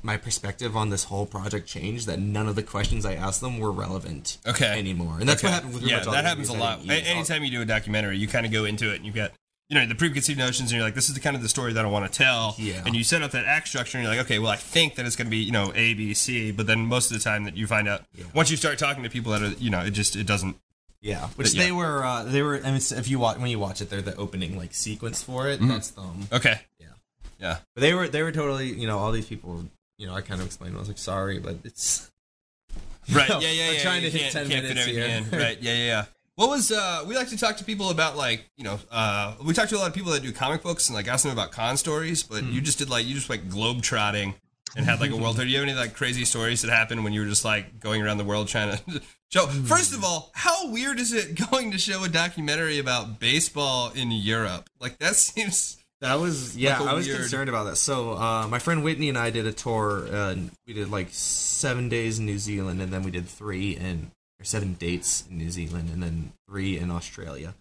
[SPEAKER 1] my perspective on this whole project changed that none of the questions I asked them were relevant
[SPEAKER 2] Okay.
[SPEAKER 1] anymore. And that's
[SPEAKER 2] Okay.
[SPEAKER 1] what happened with pretty
[SPEAKER 2] yeah,
[SPEAKER 1] much all
[SPEAKER 2] that
[SPEAKER 1] the
[SPEAKER 2] happens a
[SPEAKER 1] interviews I
[SPEAKER 2] lot.
[SPEAKER 1] didn't
[SPEAKER 2] A-
[SPEAKER 1] use. All-
[SPEAKER 2] anytime you do a documentary, you kind of go into it and you've got you know the preconceived notions, and you're like, this is the kind of the story that I want to tell.
[SPEAKER 1] Yeah.
[SPEAKER 2] And you set up that act structure, and you're like, okay, well, I think that it's going to be you know A, B, C, but then most of the time that you find out once you start talking to people that are you know it just it doesn't.
[SPEAKER 1] Yeah, which
[SPEAKER 2] yeah.
[SPEAKER 1] they were. Uh, they were. I mean, it's- if you watch when you watch it, they're the opening like
[SPEAKER 2] Mm-hmm.
[SPEAKER 1] sequence for it. That's um, them.
[SPEAKER 2] Okay.
[SPEAKER 1] Yeah.
[SPEAKER 2] Yeah.
[SPEAKER 1] But they were. They were totally. You know, all these people were you know, I kind of explained. I was like, sorry, but it's
[SPEAKER 2] Right.
[SPEAKER 1] No,
[SPEAKER 2] yeah, yeah,
[SPEAKER 1] I'm
[SPEAKER 2] yeah.
[SPEAKER 1] trying
[SPEAKER 2] you
[SPEAKER 1] to hit 10
[SPEAKER 2] can't- can't fit
[SPEAKER 1] minutes
[SPEAKER 2] everything
[SPEAKER 1] here.
[SPEAKER 2] in. Right. Yeah, yeah, yeah. What was uh we like to talk to people about like, you know, uh we talk to a lot of people that do comic books and like ask them about con stories, but
[SPEAKER 1] Hmm.
[SPEAKER 2] you just did like you just like globe trotting and had like a world tour. Do you have any like crazy stories that happened when you were just like going around the world trying to show
[SPEAKER 1] Hmm.
[SPEAKER 2] first of all, how weird is it going to show a documentary about baseball in Europe? Like that seems
[SPEAKER 1] that was yeah.
[SPEAKER 2] Like a
[SPEAKER 1] I was
[SPEAKER 2] weird-
[SPEAKER 1] concerned about that. So uh, my friend Whitney and I did a tour. Uh, and we did like seven days in New Zealand, and then we did three and or seven dates in New Zealand, and then three in Australia.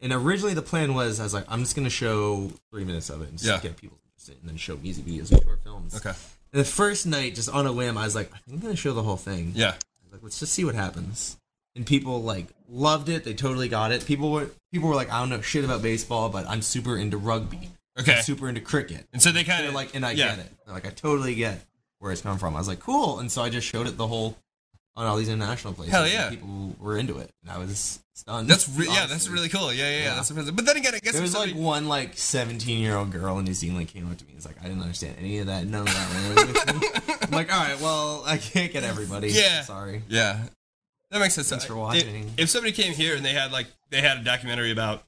[SPEAKER 1] And originally the plan was I was like, I'm just gonna show three minutes of it and just
[SPEAKER 2] Yeah.
[SPEAKER 1] get people interested, and then show easy videos and short films.
[SPEAKER 2] Okay.
[SPEAKER 1] And the first night, just on a whim, I was like, I think I'm gonna show the whole thing.
[SPEAKER 2] Yeah.
[SPEAKER 1] like let's just see what happens and people like loved it they totally got it people were people were like i don't know shit about baseball but i'm super into rugby
[SPEAKER 2] Okay.
[SPEAKER 1] I'm super into cricket
[SPEAKER 2] And so they kind
[SPEAKER 1] they're
[SPEAKER 2] of
[SPEAKER 1] like and i
[SPEAKER 2] yeah.
[SPEAKER 1] get it they're like i totally get where it's come from i was like cool and so i just showed it the whole on all these international places
[SPEAKER 2] Hell
[SPEAKER 1] and
[SPEAKER 2] yeah.
[SPEAKER 1] people were into it and i was stunned
[SPEAKER 2] That's re- yeah, that's
[SPEAKER 1] honestly.
[SPEAKER 2] really cool. Yeah, yeah, yeah.
[SPEAKER 1] Yeah.
[SPEAKER 2] That's impressive. But then again, I guess
[SPEAKER 1] there
[SPEAKER 2] if
[SPEAKER 1] was
[SPEAKER 2] somebody-
[SPEAKER 1] like one like 17 year old girl in New Zealand came up to me and was like, I didn't understand any of that, none of that. I'm like, all right, well, I can't get everybody.
[SPEAKER 2] Yeah.
[SPEAKER 1] Sorry.
[SPEAKER 2] Yeah, that makes sense.
[SPEAKER 1] Thanks for
[SPEAKER 2] I-
[SPEAKER 1] watching.
[SPEAKER 2] If, if somebody came here and they had like they had a documentary about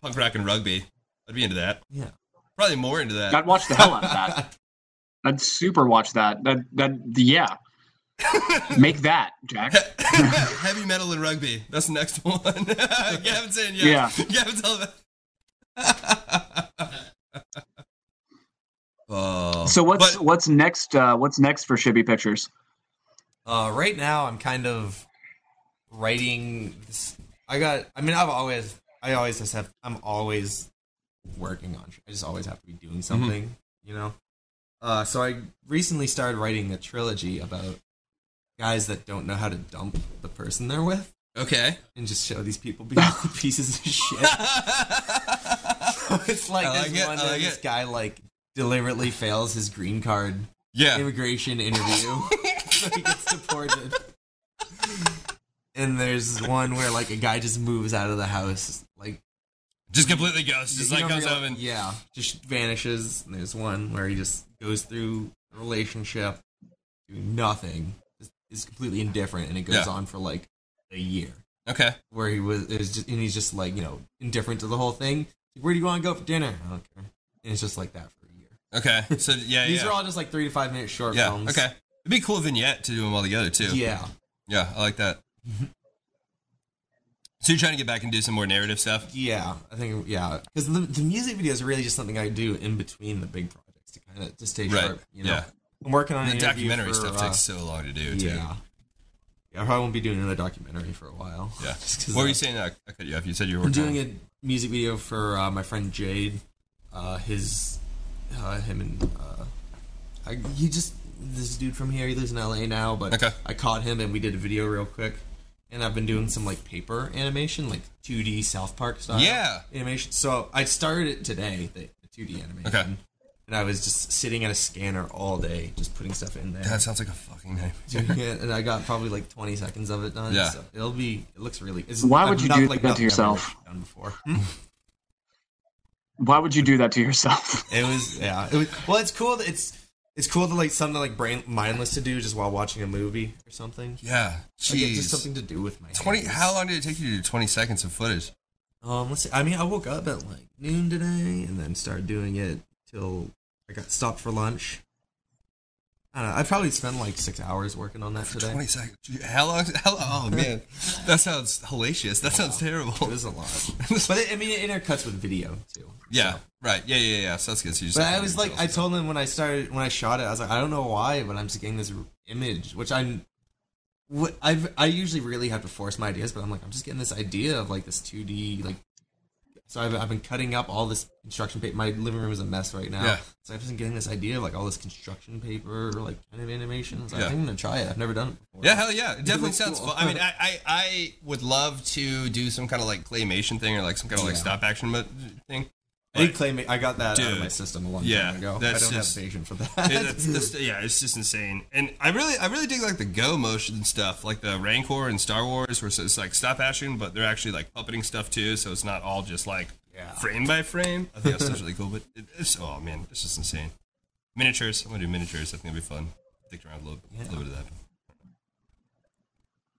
[SPEAKER 2] punk rock and rugby, I'd be into that.
[SPEAKER 1] Yeah.
[SPEAKER 2] Probably more into that.
[SPEAKER 3] I'd watch the hell out of that. I'd super watch that. That that yeah. Make that, Jack.
[SPEAKER 2] Heavy metal and rugby. That's the next one. Gavin's saying yeah. Gavin's all about. oh.
[SPEAKER 3] So what's
[SPEAKER 2] But-
[SPEAKER 3] what's next? Uh, what's next for Shibby Pictures?
[SPEAKER 1] Uh, right now, I'm kind of writing. This, I got. I mean, I've always. I always just have. I'm always working on. I just always have to be
[SPEAKER 2] Mm-hmm.
[SPEAKER 1] doing something. You know. Uh, so I recently started writing a trilogy about guys that don't know how to dump the person they're with,
[SPEAKER 2] okay.
[SPEAKER 1] and just show these people being pieces of shit. it's like,
[SPEAKER 2] I like
[SPEAKER 1] this
[SPEAKER 2] it,
[SPEAKER 1] one
[SPEAKER 2] I
[SPEAKER 1] where
[SPEAKER 2] like
[SPEAKER 1] this
[SPEAKER 2] it.
[SPEAKER 1] guy like deliberately fails his green card
[SPEAKER 2] yeah.
[SPEAKER 1] immigration interview. so he gets deported. And there's one where like a guy just moves out of the house, like
[SPEAKER 2] Just completely goes. Just
[SPEAKER 1] you
[SPEAKER 2] like
[SPEAKER 1] don't
[SPEAKER 2] comes
[SPEAKER 1] real-
[SPEAKER 2] up and
[SPEAKER 1] yeah, just vanishes. And there's one where he just goes through a relationship, doing nothing, just is completely indifferent, and it goes
[SPEAKER 2] Yeah.
[SPEAKER 1] on for like a year.
[SPEAKER 2] okay.
[SPEAKER 1] Where he was, it was just, and he's just like you know indifferent to the whole thing. Where do you want to go for dinner? I don't care. And it's just like that for a year.
[SPEAKER 2] Okay. So yeah.
[SPEAKER 1] These
[SPEAKER 2] yeah.
[SPEAKER 1] are all just like three to five minute short
[SPEAKER 2] yeah.
[SPEAKER 1] films.
[SPEAKER 2] Okay. It'd be a cool vignette to do them all together too.
[SPEAKER 1] Yeah.
[SPEAKER 2] Yeah, I like that. so you're trying to get back and do some more narrative stuff?
[SPEAKER 1] Yeah, I think yeah, because the, the music video is really just something I do in between the big projects to kind of to stay
[SPEAKER 2] Right,
[SPEAKER 1] sharp. You know,
[SPEAKER 2] yeah.
[SPEAKER 1] I'm working on
[SPEAKER 2] The
[SPEAKER 1] an interview
[SPEAKER 2] documentary
[SPEAKER 1] for,
[SPEAKER 2] stuff
[SPEAKER 1] uh,
[SPEAKER 2] takes so long to do, too.
[SPEAKER 1] yeah, yeah. I probably won't be doing another documentary for a while.
[SPEAKER 2] Yeah.
[SPEAKER 1] Just 'cause,
[SPEAKER 2] What were
[SPEAKER 1] uh,
[SPEAKER 2] you saying? I I cut you off. You said you were
[SPEAKER 1] I'm
[SPEAKER 2] working
[SPEAKER 1] doing
[SPEAKER 2] on-
[SPEAKER 1] a music video for uh, my friend Jade. Uh, his, uh, him and uh, I, he just this dude from here. He lives in LA now, but
[SPEAKER 2] Okay.
[SPEAKER 1] I caught him and we did a video real quick. And I've been doing some like paper animation, like 2D South Park style.
[SPEAKER 2] Yeah.
[SPEAKER 1] animation. So I started it today, the, the 2D animation.
[SPEAKER 2] Okay.
[SPEAKER 1] And I was just sitting at a scanner all day, just putting stuff in there.
[SPEAKER 2] That sounds like a fucking nightmare.
[SPEAKER 1] doing it, and I got probably like 20 seconds of it done.
[SPEAKER 2] Yeah.
[SPEAKER 1] So it'll be. It looks really. It's,
[SPEAKER 3] Why would you
[SPEAKER 1] not-
[SPEAKER 3] do that to
[SPEAKER 1] nothing I've ever
[SPEAKER 3] yourself?
[SPEAKER 1] Done before.
[SPEAKER 3] Why would you do that to yourself?
[SPEAKER 1] It was yeah. It was well. It's cool. That it's it's cool to like something like brain mindless to do just while watching a movie or something.
[SPEAKER 2] Yeah.
[SPEAKER 1] Like, it's
[SPEAKER 2] Jeez.
[SPEAKER 1] just something to do with my hands.
[SPEAKER 2] 20, how long did it take you to do 20 seconds of footage?
[SPEAKER 1] Um, let's see. I mean, I woke up at like noon today and then started doing it till I got stopped for lunch. I don't know. I probably spent like six hours working on that today.
[SPEAKER 2] 20 seconds. Gee, How long? How long? Oh, man. that sounds hellacious. That sounds
[SPEAKER 1] It
[SPEAKER 2] terrible.
[SPEAKER 1] was a lot, but it, I mean, it intercuts with video too.
[SPEAKER 2] Yeah. Right. Yeah, yeah, yeah. So that's good. So you just
[SPEAKER 1] But
[SPEAKER 2] have
[SPEAKER 1] I
[SPEAKER 2] to
[SPEAKER 1] was
[SPEAKER 2] do
[SPEAKER 1] like,
[SPEAKER 2] yourself.
[SPEAKER 1] I told them when I started, when I shot it, I was like, I don't know why, but I'm just getting this image, which I'm, what I've, I usually really have to force my ideas, but I'm like, I'm just getting this idea of like this 2D, like, so I've, I've been cutting up all this construction paper. My living room is a mess right now.
[SPEAKER 2] Yeah.
[SPEAKER 1] So I've been getting this idea of like all this construction paper, like kind of animation. So I
[SPEAKER 2] Yeah.
[SPEAKER 1] think I'm going to try it. I've never done it before.
[SPEAKER 2] Yeah, hell yeah. It definitely
[SPEAKER 1] looks
[SPEAKER 2] sounds
[SPEAKER 1] cool.
[SPEAKER 2] fun. I mean, I, I, I would love to do some kind of like claymation thing or like some kind of like
[SPEAKER 1] Yeah.
[SPEAKER 2] stop action mo- thing.
[SPEAKER 1] I did claim it- I got that out
[SPEAKER 2] Dude.
[SPEAKER 1] of my system a long
[SPEAKER 2] Yeah,
[SPEAKER 1] time ago.
[SPEAKER 2] that's
[SPEAKER 1] I don't
[SPEAKER 2] just-
[SPEAKER 1] have patience for that.
[SPEAKER 2] Yeah, that's, that's, yeah, it's just insane. And I really, I really dig like the go motion stuff, like the Rancor and Star Wars, where it's it's, like stop action, but they're actually like puppeting stuff too, so it's not all just like
[SPEAKER 1] Yeah.
[SPEAKER 2] frame by frame. I think that stuff's really cool, but it, it's oh man, it's just insane. Miniatures. I'm gonna do miniatures. I think it'll be fun. Stick around a little, a little bit of that.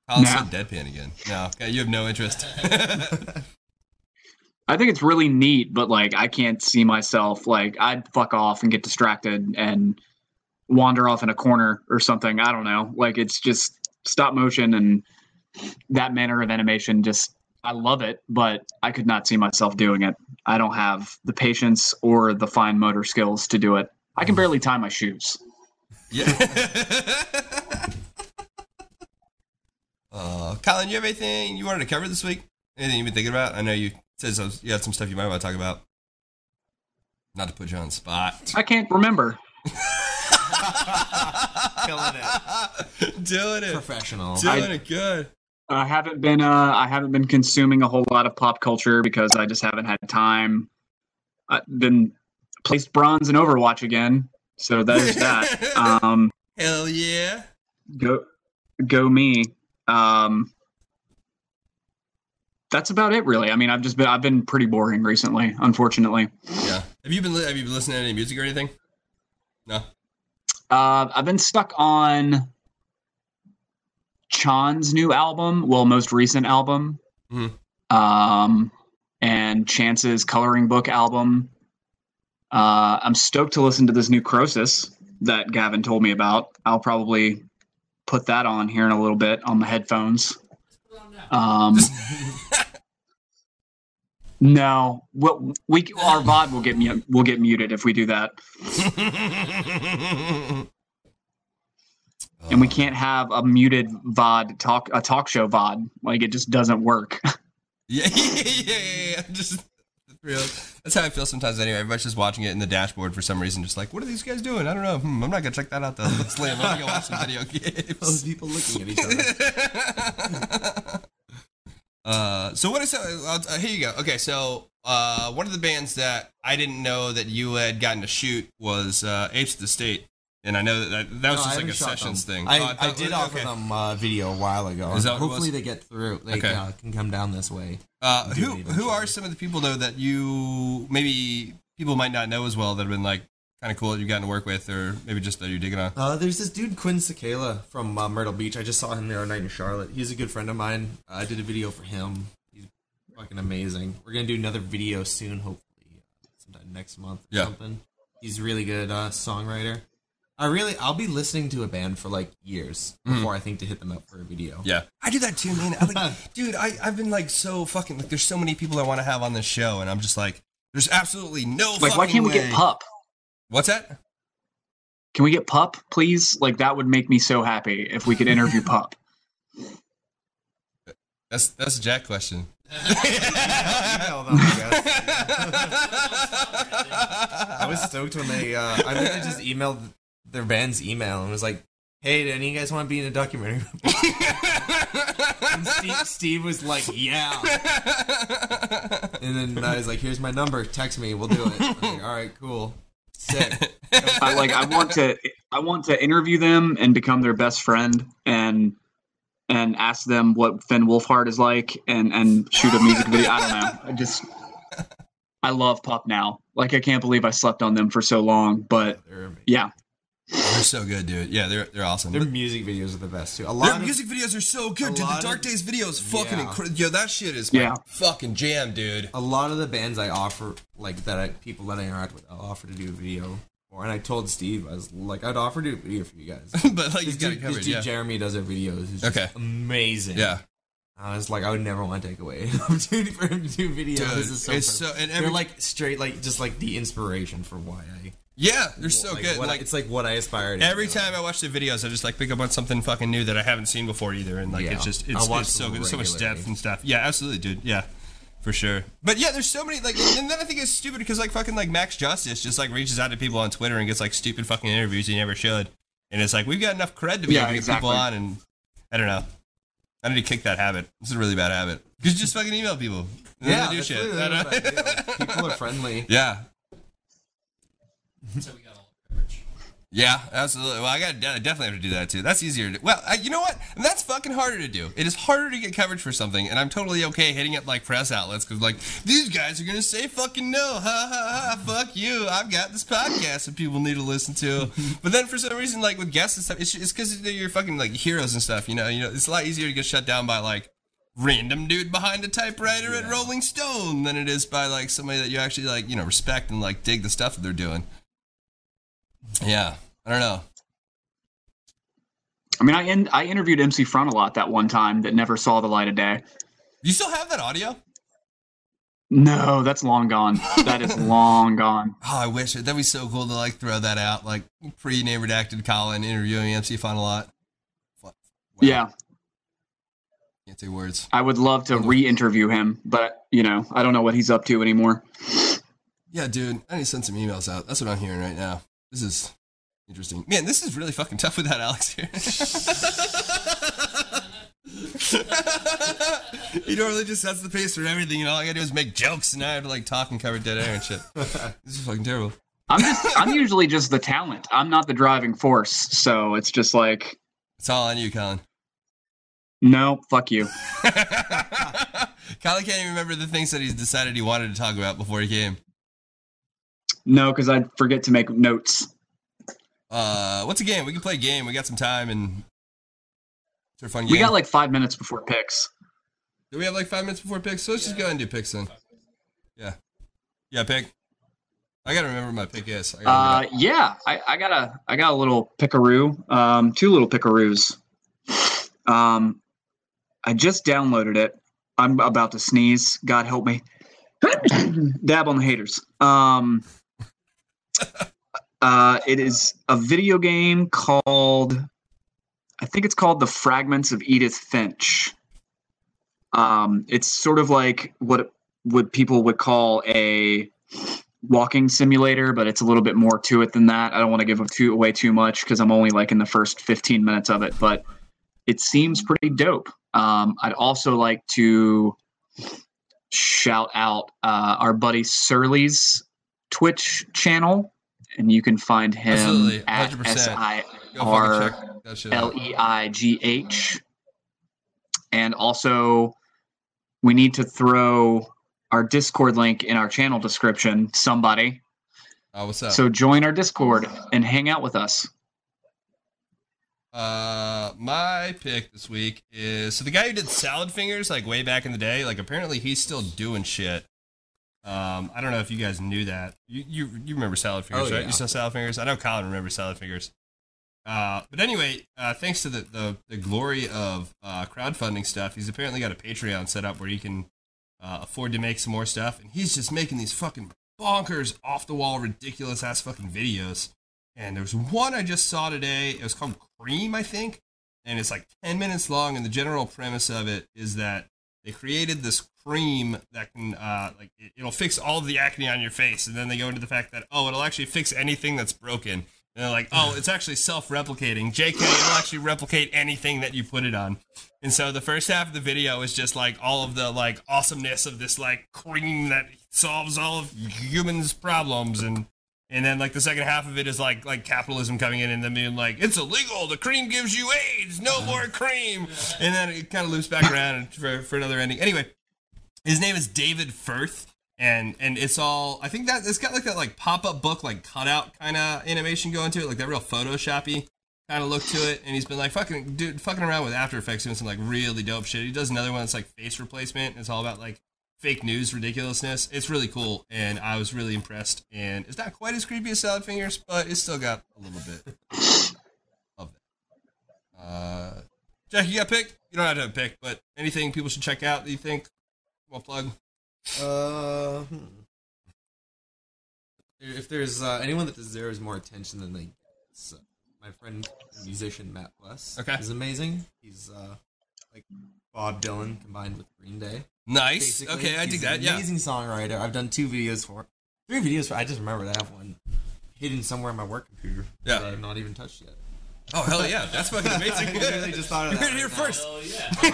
[SPEAKER 2] I'll
[SPEAKER 3] Nah.
[SPEAKER 2] said deadpan again. No, okay, you have no interest.
[SPEAKER 3] I think it's really neat, but like I can't see myself like I'd fuck off and get distracted and wander off in a corner or something. I don't know. Like it's just stop motion and that manner of animation just I love it, but I could not see myself doing it. I don't have the patience or the fine motor skills to do it. I can barely tie my shoes.
[SPEAKER 2] yeah. uh, Colin, you have anything you wanted to cover this week? Anything you've been thinking about? I know you said some, you had some stuff you might want to talk about. Not to put you on the spot.
[SPEAKER 3] I can't remember.
[SPEAKER 1] Killing it.
[SPEAKER 2] Doing it.
[SPEAKER 1] Professional.
[SPEAKER 2] Doing it good.
[SPEAKER 3] I haven't been uh I haven't been consuming a whole lot of pop culture because I just haven't had time. I've been placed bronze in Overwatch again. So there's that. Um
[SPEAKER 2] Hell yeah.
[SPEAKER 3] go go me. Um That's about it really. I mean, I've just been I've been pretty boring recently, unfortunately.
[SPEAKER 2] Yeah. Have you been li- have you been listening to any music or anything? No.
[SPEAKER 3] Uh, I've been stuck on Chan's new album, well, most recent album,
[SPEAKER 2] Mhm.
[SPEAKER 3] um, and Chance's coloring book album. Uh, I'm stoked to listen to this new Croesus that Gavin told me about. I'll probably put that on here in a little bit on the headphones. Um, no, well, we our VOD will get mu- will get muted if we do that. and we can't have a muted VOD talk a talk show VOD. Like it just doesn't work.
[SPEAKER 2] Yeah, yeah, yeah, yeah, yeah. Just for real. That's how I feel sometimes. Anyway, everybody's just watching it in the dashboard for some reason. Just like, what are these guys doing? I don't know. Hmm, I'm not gonna check that out though. Let's lame. I'm gonna watch some video
[SPEAKER 1] Those
[SPEAKER 2] games.
[SPEAKER 1] people looking at each other.
[SPEAKER 2] uh, so what is uh, uh, here? You go. Okay, so uh, one of the bands that I didn't know that you had gotten to shoot was uh, Apes of the State, and I know that that,
[SPEAKER 1] No,
[SPEAKER 2] that was
[SPEAKER 1] I
[SPEAKER 2] just like
[SPEAKER 1] haven't
[SPEAKER 2] a
[SPEAKER 1] shot
[SPEAKER 2] sessions
[SPEAKER 1] them.
[SPEAKER 2] thing.
[SPEAKER 1] I,
[SPEAKER 2] Oh,
[SPEAKER 1] I
[SPEAKER 2] thought-
[SPEAKER 1] did offer
[SPEAKER 2] okay.
[SPEAKER 1] them a video a while ago.
[SPEAKER 2] Is that what it
[SPEAKER 1] Hopefully they
[SPEAKER 2] was?
[SPEAKER 1] get through. They
[SPEAKER 2] Okay.
[SPEAKER 1] uh, can come down this way.
[SPEAKER 2] Uh,
[SPEAKER 1] do
[SPEAKER 2] who
[SPEAKER 1] it
[SPEAKER 2] who are
[SPEAKER 1] eventually.
[SPEAKER 2] some of the people though that you maybe people might not know as well that have been like kind of cool that you've gotten to work with or maybe just that you're digging on?
[SPEAKER 1] Uh, there's this dude Quinn Sakala from uh, Myrtle Beach. I just saw him the other night in Charlotte. He's a good friend of mine. Uh, I did a video for him. He's fucking amazing. We're gonna do another video soon, hopefully, uh, sometime next month or
[SPEAKER 2] Yeah.
[SPEAKER 1] something. He's a really good uh, songwriter. I really, I'll be listening to a band for like years
[SPEAKER 2] Hmm.
[SPEAKER 1] before I think to hit them up for a video.
[SPEAKER 2] Yeah, I do that too, man. I like, dude, I I've been like so fucking like. There's so many people I want to have on this show, and I'm just like, there's absolutely no
[SPEAKER 3] Like why
[SPEAKER 2] fucking
[SPEAKER 3] can't we get
[SPEAKER 2] way.
[SPEAKER 3] pup?
[SPEAKER 2] What's that?
[SPEAKER 3] Can we get pup, please? Like that would make me so happy if we could interview pup.
[SPEAKER 2] That's that's a Jack question.
[SPEAKER 1] I was stoked when they. Uh, I literally just emailed their band's email and was like, "Hey, do any of you guys want to be in a documentary?" and Steve, Steve was like, "Yeah." And then I was like, "Here's my number. Text me. We'll do it." I was like, All right, cool, sick.
[SPEAKER 3] I like I want to I want to interview them and become their best friend and and ask them what Finn Wolfhard is like and and shoot a music video. I don't know. I just I love pup now. Like I can't believe I slept on them for so long, but
[SPEAKER 1] They're amazing.
[SPEAKER 3] yeah.
[SPEAKER 2] They're so good, dude. Yeah, they're they're awesome.
[SPEAKER 1] Their
[SPEAKER 2] Their
[SPEAKER 1] music videos are the best too. A lot of
[SPEAKER 2] music videos are so good,
[SPEAKER 1] a
[SPEAKER 2] dude. The
[SPEAKER 1] lot
[SPEAKER 2] Dark
[SPEAKER 1] of-
[SPEAKER 2] Days video is fucking
[SPEAKER 1] Yeah.
[SPEAKER 2] incredible. Yo, that shit is my
[SPEAKER 3] Yeah.
[SPEAKER 2] fucking jam, dude.
[SPEAKER 1] a lot of the bands I offer, like that I, people that I interact with, I'll offer to do a video. for. and I told Steve, I was like, "I'd offer to do a video for you guys."
[SPEAKER 2] but like,
[SPEAKER 1] This
[SPEAKER 2] he's got
[SPEAKER 1] dude,
[SPEAKER 2] it
[SPEAKER 1] this
[SPEAKER 2] covered.
[SPEAKER 1] dude
[SPEAKER 2] Yeah,
[SPEAKER 1] Jeremy does our videos. He's just
[SPEAKER 2] Okay.
[SPEAKER 1] amazing.
[SPEAKER 2] yeah.
[SPEAKER 1] I was like, I would never want to take away an opportunity for him to do videos.
[SPEAKER 2] Dude,
[SPEAKER 1] this is so
[SPEAKER 2] it's
[SPEAKER 1] perfect.
[SPEAKER 2] so- and every-
[SPEAKER 1] They're like straight, like just like the inspiration for why I.
[SPEAKER 2] Yeah, they're so
[SPEAKER 1] like,
[SPEAKER 2] good.
[SPEAKER 1] What I-
[SPEAKER 2] Like
[SPEAKER 1] it's like what I aspire to.
[SPEAKER 2] every
[SPEAKER 1] do.
[SPEAKER 2] time I watch the videos, I just like pick up on something fucking new that I haven't seen before either, and like
[SPEAKER 1] Yeah.
[SPEAKER 2] it's just
[SPEAKER 1] I
[SPEAKER 2] it's,
[SPEAKER 1] watch
[SPEAKER 2] it's so
[SPEAKER 1] them
[SPEAKER 2] good. There's so much
[SPEAKER 1] regularly.
[SPEAKER 2] depth and stuff. Yeah, absolutely, dude. Yeah, for sure. But yeah, there's so many like, and then I think it's stupid because like fucking like Max Justice just like reaches out to people on Twitter and gets like stupid fucking interviews he never should, and it's like we've got enough cred to be
[SPEAKER 3] Yeah,
[SPEAKER 2] able to get people
[SPEAKER 3] exactly.
[SPEAKER 2] on, and I don't know. I need to kick that habit. This is a really bad habit. You just fucking email people. And
[SPEAKER 1] yeah,
[SPEAKER 2] they do
[SPEAKER 1] that's
[SPEAKER 2] shit.
[SPEAKER 1] really
[SPEAKER 2] I don't
[SPEAKER 1] what I
[SPEAKER 2] know.
[SPEAKER 1] do. Like, people are friendly.
[SPEAKER 2] Yeah. So we got all coverage. Yeah, absolutely. Well, I got I definitely have to do that too. That's easier. To, well, I, you know what? That's fucking harder to do. It is harder to get coverage for something, and I'm totally okay hitting up like press outlets because like these guys are gonna say fucking no, ha ha ha, fuck you. I've got this podcast that people need to listen to. but then for some reason, like with guests and stuff, it's it's because they're your fucking like heroes and stuff. You know, you know, it's a lot easier to get shut down by like random dude behind a typewriter at Rolling Stone than it is by like somebody that you actually like you know respect and like dig the stuff that they're doing. Yeah, I don't know.
[SPEAKER 3] I mean, I in, I interviewed MC Front a lot that one time that never saw the light of day.
[SPEAKER 2] You still have that audio?
[SPEAKER 3] No, that's long gone. That is long gone.
[SPEAKER 2] Oh, I wish it. That'd be so cool to like throw that out, like pre name redacted Colin interviewing MC Fun a lot. Wow.
[SPEAKER 3] Yeah,
[SPEAKER 2] Can't say words.
[SPEAKER 3] I would love to re-interview him, but you know, I don't know what he's up to anymore.
[SPEAKER 2] Yeah, dude. I need to send some emails out. That's what I'm hearing right now. This is interesting. Man, this is really fucking tough without Alex here. he normally just sets the pace for everything, and all I gotta do is make jokes, and now I have to like talk and cover dead air and shit. this is fucking terrible.
[SPEAKER 3] I'm just I'm usually just the talent. I'm not the driving force. So it's just like,
[SPEAKER 2] It's all on you, Colin.
[SPEAKER 3] no, fuck you.
[SPEAKER 2] Colin can't even remember the things that he's decided he wanted to talk about before he came.
[SPEAKER 3] No, because I forget to make notes.
[SPEAKER 2] Uh, what's a game? We can play a game. We got some time, and it's a fun game.
[SPEAKER 3] We got like five minutes before picks.
[SPEAKER 2] Do we have like five minutes before picks? So let's just go ahead and do picks then. Yeah. Yeah, pick. I gotta remember what my pick is. I gotta
[SPEAKER 3] Uh,
[SPEAKER 2] remember
[SPEAKER 3] yeah, I, I got a I got a little pickaroo, um, two little pickaroos. Um, I just downloaded it. I'm about to sneeze. God help me. Dab on the haters. Um, uh, it is a video game called, I think it's called The Fragments of Edith Finch. Um, it's sort of like what what people would call a walking simulator, but it's a little bit more to it than that. I don't want to give too, away too much because I'm only like in the first 15 minutes of it, but it seems pretty dope. Um, I'd also like to shout out uh, our buddy Surly's Twitch channel, and you can find him
[SPEAKER 2] Absolutely,
[SPEAKER 3] at
[SPEAKER 2] 100%.
[SPEAKER 3] S I
[SPEAKER 2] it.
[SPEAKER 3] Uh, R.
[SPEAKER 2] Go fucking check that shit
[SPEAKER 3] L
[SPEAKER 2] out.
[SPEAKER 3] E I G H. And also, we need to throw our Discord link in our channel description, somebody.
[SPEAKER 2] Oh, what's up?
[SPEAKER 3] So join our Discord and hang out with us.
[SPEAKER 2] Uh, my pick this week is so the guy who did Salad Fingers like way back in the day. Like apparently he's still doing shit. Um, I don't know if you guys knew that. You you, you remember Salad Fingers,
[SPEAKER 1] Oh,
[SPEAKER 2] right?
[SPEAKER 1] yeah.
[SPEAKER 2] You saw Salad Fingers. I know Colin remembers Salad Fingers. Uh, but anyway, uh, thanks to the, the, the glory of uh, crowdfunding stuff, he's apparently got a Patreon set up where he can uh, afford to make some more stuff, and he's just making these fucking bonkers, off the wall, ridiculous ass fucking videos. And there's one I just saw today. It was called Cream, I think. And it's like 10 minutes long. And the general premise of it is that they created this cream that can, uh, like, it, it'll fix all of the acne on your face. And then they go into the fact that, oh, it'll actually fix anything that's broken. And they're like, oh, it's actually self replicating. JK, it'll actually replicate anything that you put it on. And so the first half of the video is just like all of the like awesomeness of this like cream that solves all of humans' problems and and then like the second half of it is like like capitalism coming in and then being like it's illegal. The cream gives you AIDS. No more cream. And then it kind of loops back around for for another ending. Anyway, his name is David Firth, and and it's all I think that it's got like that like pop up book like cutout kind of animation going to it, like that real photoshoppy kind of look to it. And he's been like fucking dude fucking around with After Effects doing some like really dope shit. He does another one that's like face replacement. and It's all about like fake news ridiculousness. It's really cool, and I was really impressed. And it's not quite as creepy as Salad Fingers, but it's still got a little bit of that. Uh, Jack, you got a pick? You don't have to have a pick, but anything people should check out that you think? Well, plug.
[SPEAKER 1] Uh, hmm. If there's uh, anyone that deserves more attention than they get, it's, uh, my friend musician Matt Bless
[SPEAKER 2] Okay.
[SPEAKER 1] is amazing. He's uh, like Bob Dylan combined with Green Day.
[SPEAKER 2] Nice. okay, I dig
[SPEAKER 1] he's
[SPEAKER 2] that.
[SPEAKER 1] an
[SPEAKER 2] Yeah.
[SPEAKER 1] Amazing songwriter. I've done two videos for, three videos for. I just remembered I have one hidden somewhere on my work computer
[SPEAKER 2] Yeah.
[SPEAKER 1] that I've not even touched yet.
[SPEAKER 2] Oh hell yeah, that's fucking amazing.
[SPEAKER 1] I literally just thought of
[SPEAKER 2] You
[SPEAKER 1] that
[SPEAKER 2] heard it here
[SPEAKER 1] right now.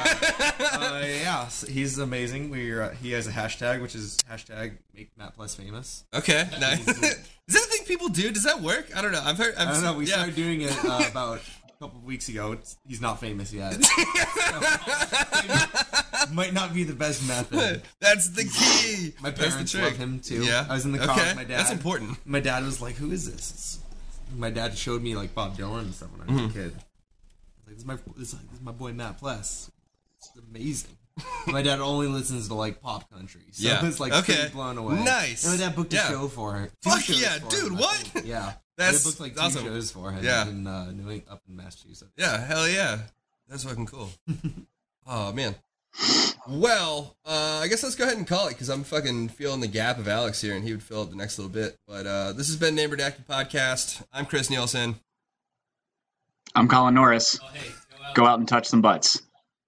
[SPEAKER 2] first.
[SPEAKER 1] uh, yeah, s- he's amazing. We uh, he has a hashtag which is hashtag Make Matt Plus Famous.
[SPEAKER 2] Okay, nice. Is that the thing think people do? Does that work? I don't know. I've heard. I've
[SPEAKER 1] I don't know. We
[SPEAKER 2] yeah.
[SPEAKER 1] started doing it uh, about a couple of weeks ago. It's, he's not famous yet. So, might not be the best method.
[SPEAKER 2] That's the key.
[SPEAKER 1] My
[SPEAKER 2] That's the
[SPEAKER 1] parents
[SPEAKER 2] trick.
[SPEAKER 1] love him too.
[SPEAKER 2] Yeah.
[SPEAKER 1] I was in the car
[SPEAKER 2] Okay.
[SPEAKER 1] with my dad.
[SPEAKER 2] That's important.
[SPEAKER 1] My dad was like, "Who is this?" It's- my dad showed me like Bob Dylan and stuff when I was
[SPEAKER 2] Mm-hmm.
[SPEAKER 1] a kid. I was Like this is my this is, like, this is my boy Matt Pless. It's amazing. my dad only listens to like pop country, so
[SPEAKER 2] Yeah.
[SPEAKER 1] it's like
[SPEAKER 2] Okay.
[SPEAKER 1] pretty blown away.
[SPEAKER 2] Nice.
[SPEAKER 1] And my dad booked
[SPEAKER 2] Yeah.
[SPEAKER 1] a show for it.
[SPEAKER 2] Fuck
[SPEAKER 1] shows
[SPEAKER 2] yeah,
[SPEAKER 1] for
[SPEAKER 2] dude,
[SPEAKER 1] him, I
[SPEAKER 2] what?
[SPEAKER 1] think. Yeah.
[SPEAKER 2] That's
[SPEAKER 1] they booked like two
[SPEAKER 2] awesome.
[SPEAKER 1] shows for him
[SPEAKER 2] Yeah.
[SPEAKER 1] in uh, New England, up in Massachusetts.
[SPEAKER 2] Yeah, hell yeah. That's fucking cool. oh man. Well, uh, I guess let's go ahead and call it because I'm fucking feeling the gap of Alex here, and he would fill it the next little bit. But uh, this has been Name Redacted podcast. I'm Chris Nielsen,
[SPEAKER 3] I'm Colin Norris. Oh, Go out and touch some butts.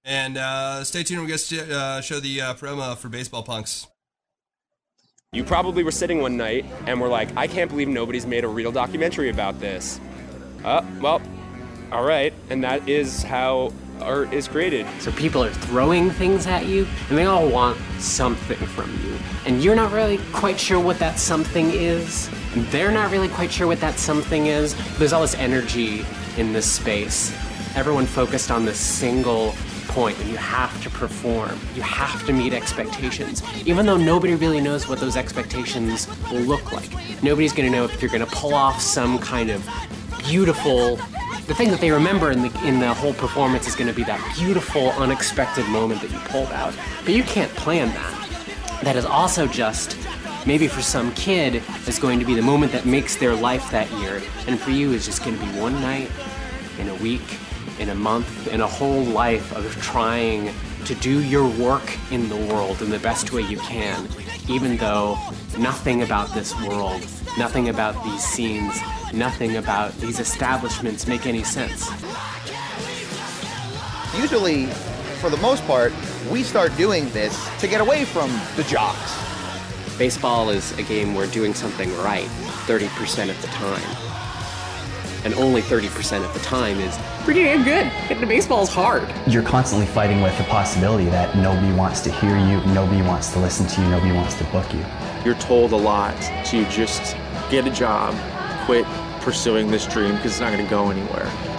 [SPEAKER 2] and uh, stay tuned. We got to uh, show the uh, promo for Baseball Punks.
[SPEAKER 6] You probably were sitting one night and were like, I can't believe nobody's made a real documentary about this. Uh, well, all right. And that is how art is created.
[SPEAKER 7] So people are throwing things at you, and they all want something from you. And you're not really quite sure what that something is, and they're not really quite sure what that something is. There's all this energy in this space. Everyone focused on this single point, and you have to perform. You have to meet expectations, even though nobody really knows what those expectations will look like. Nobody's gonna know if you're gonna pull off some kind of beautiful the thing that they remember in the in the whole performance is going to be that beautiful unexpected moment that you pulled out but you can't plan that that is also just maybe for some kid is going to be the moment that makes their life that year and for you is just going to be one night in a week in a month in a whole life of trying to do your work in the world in the best way you can even though nothing about this world nothing about these scenes nothing about these establishments make any sense
[SPEAKER 5] usually, for the most part, we start doing this to get away from the jocks.
[SPEAKER 7] Baseball is a game where doing something right 30% of the time. And only 30% of the time is pretty damn good. Hitting a baseball is hard.
[SPEAKER 8] you're constantly fighting with the possibility that nobody wants to hear you, nobody wants to listen to you, nobody wants to book you.
[SPEAKER 9] You're told a lot to just get a job, quit pursuing this dream because it's not going to go anywhere.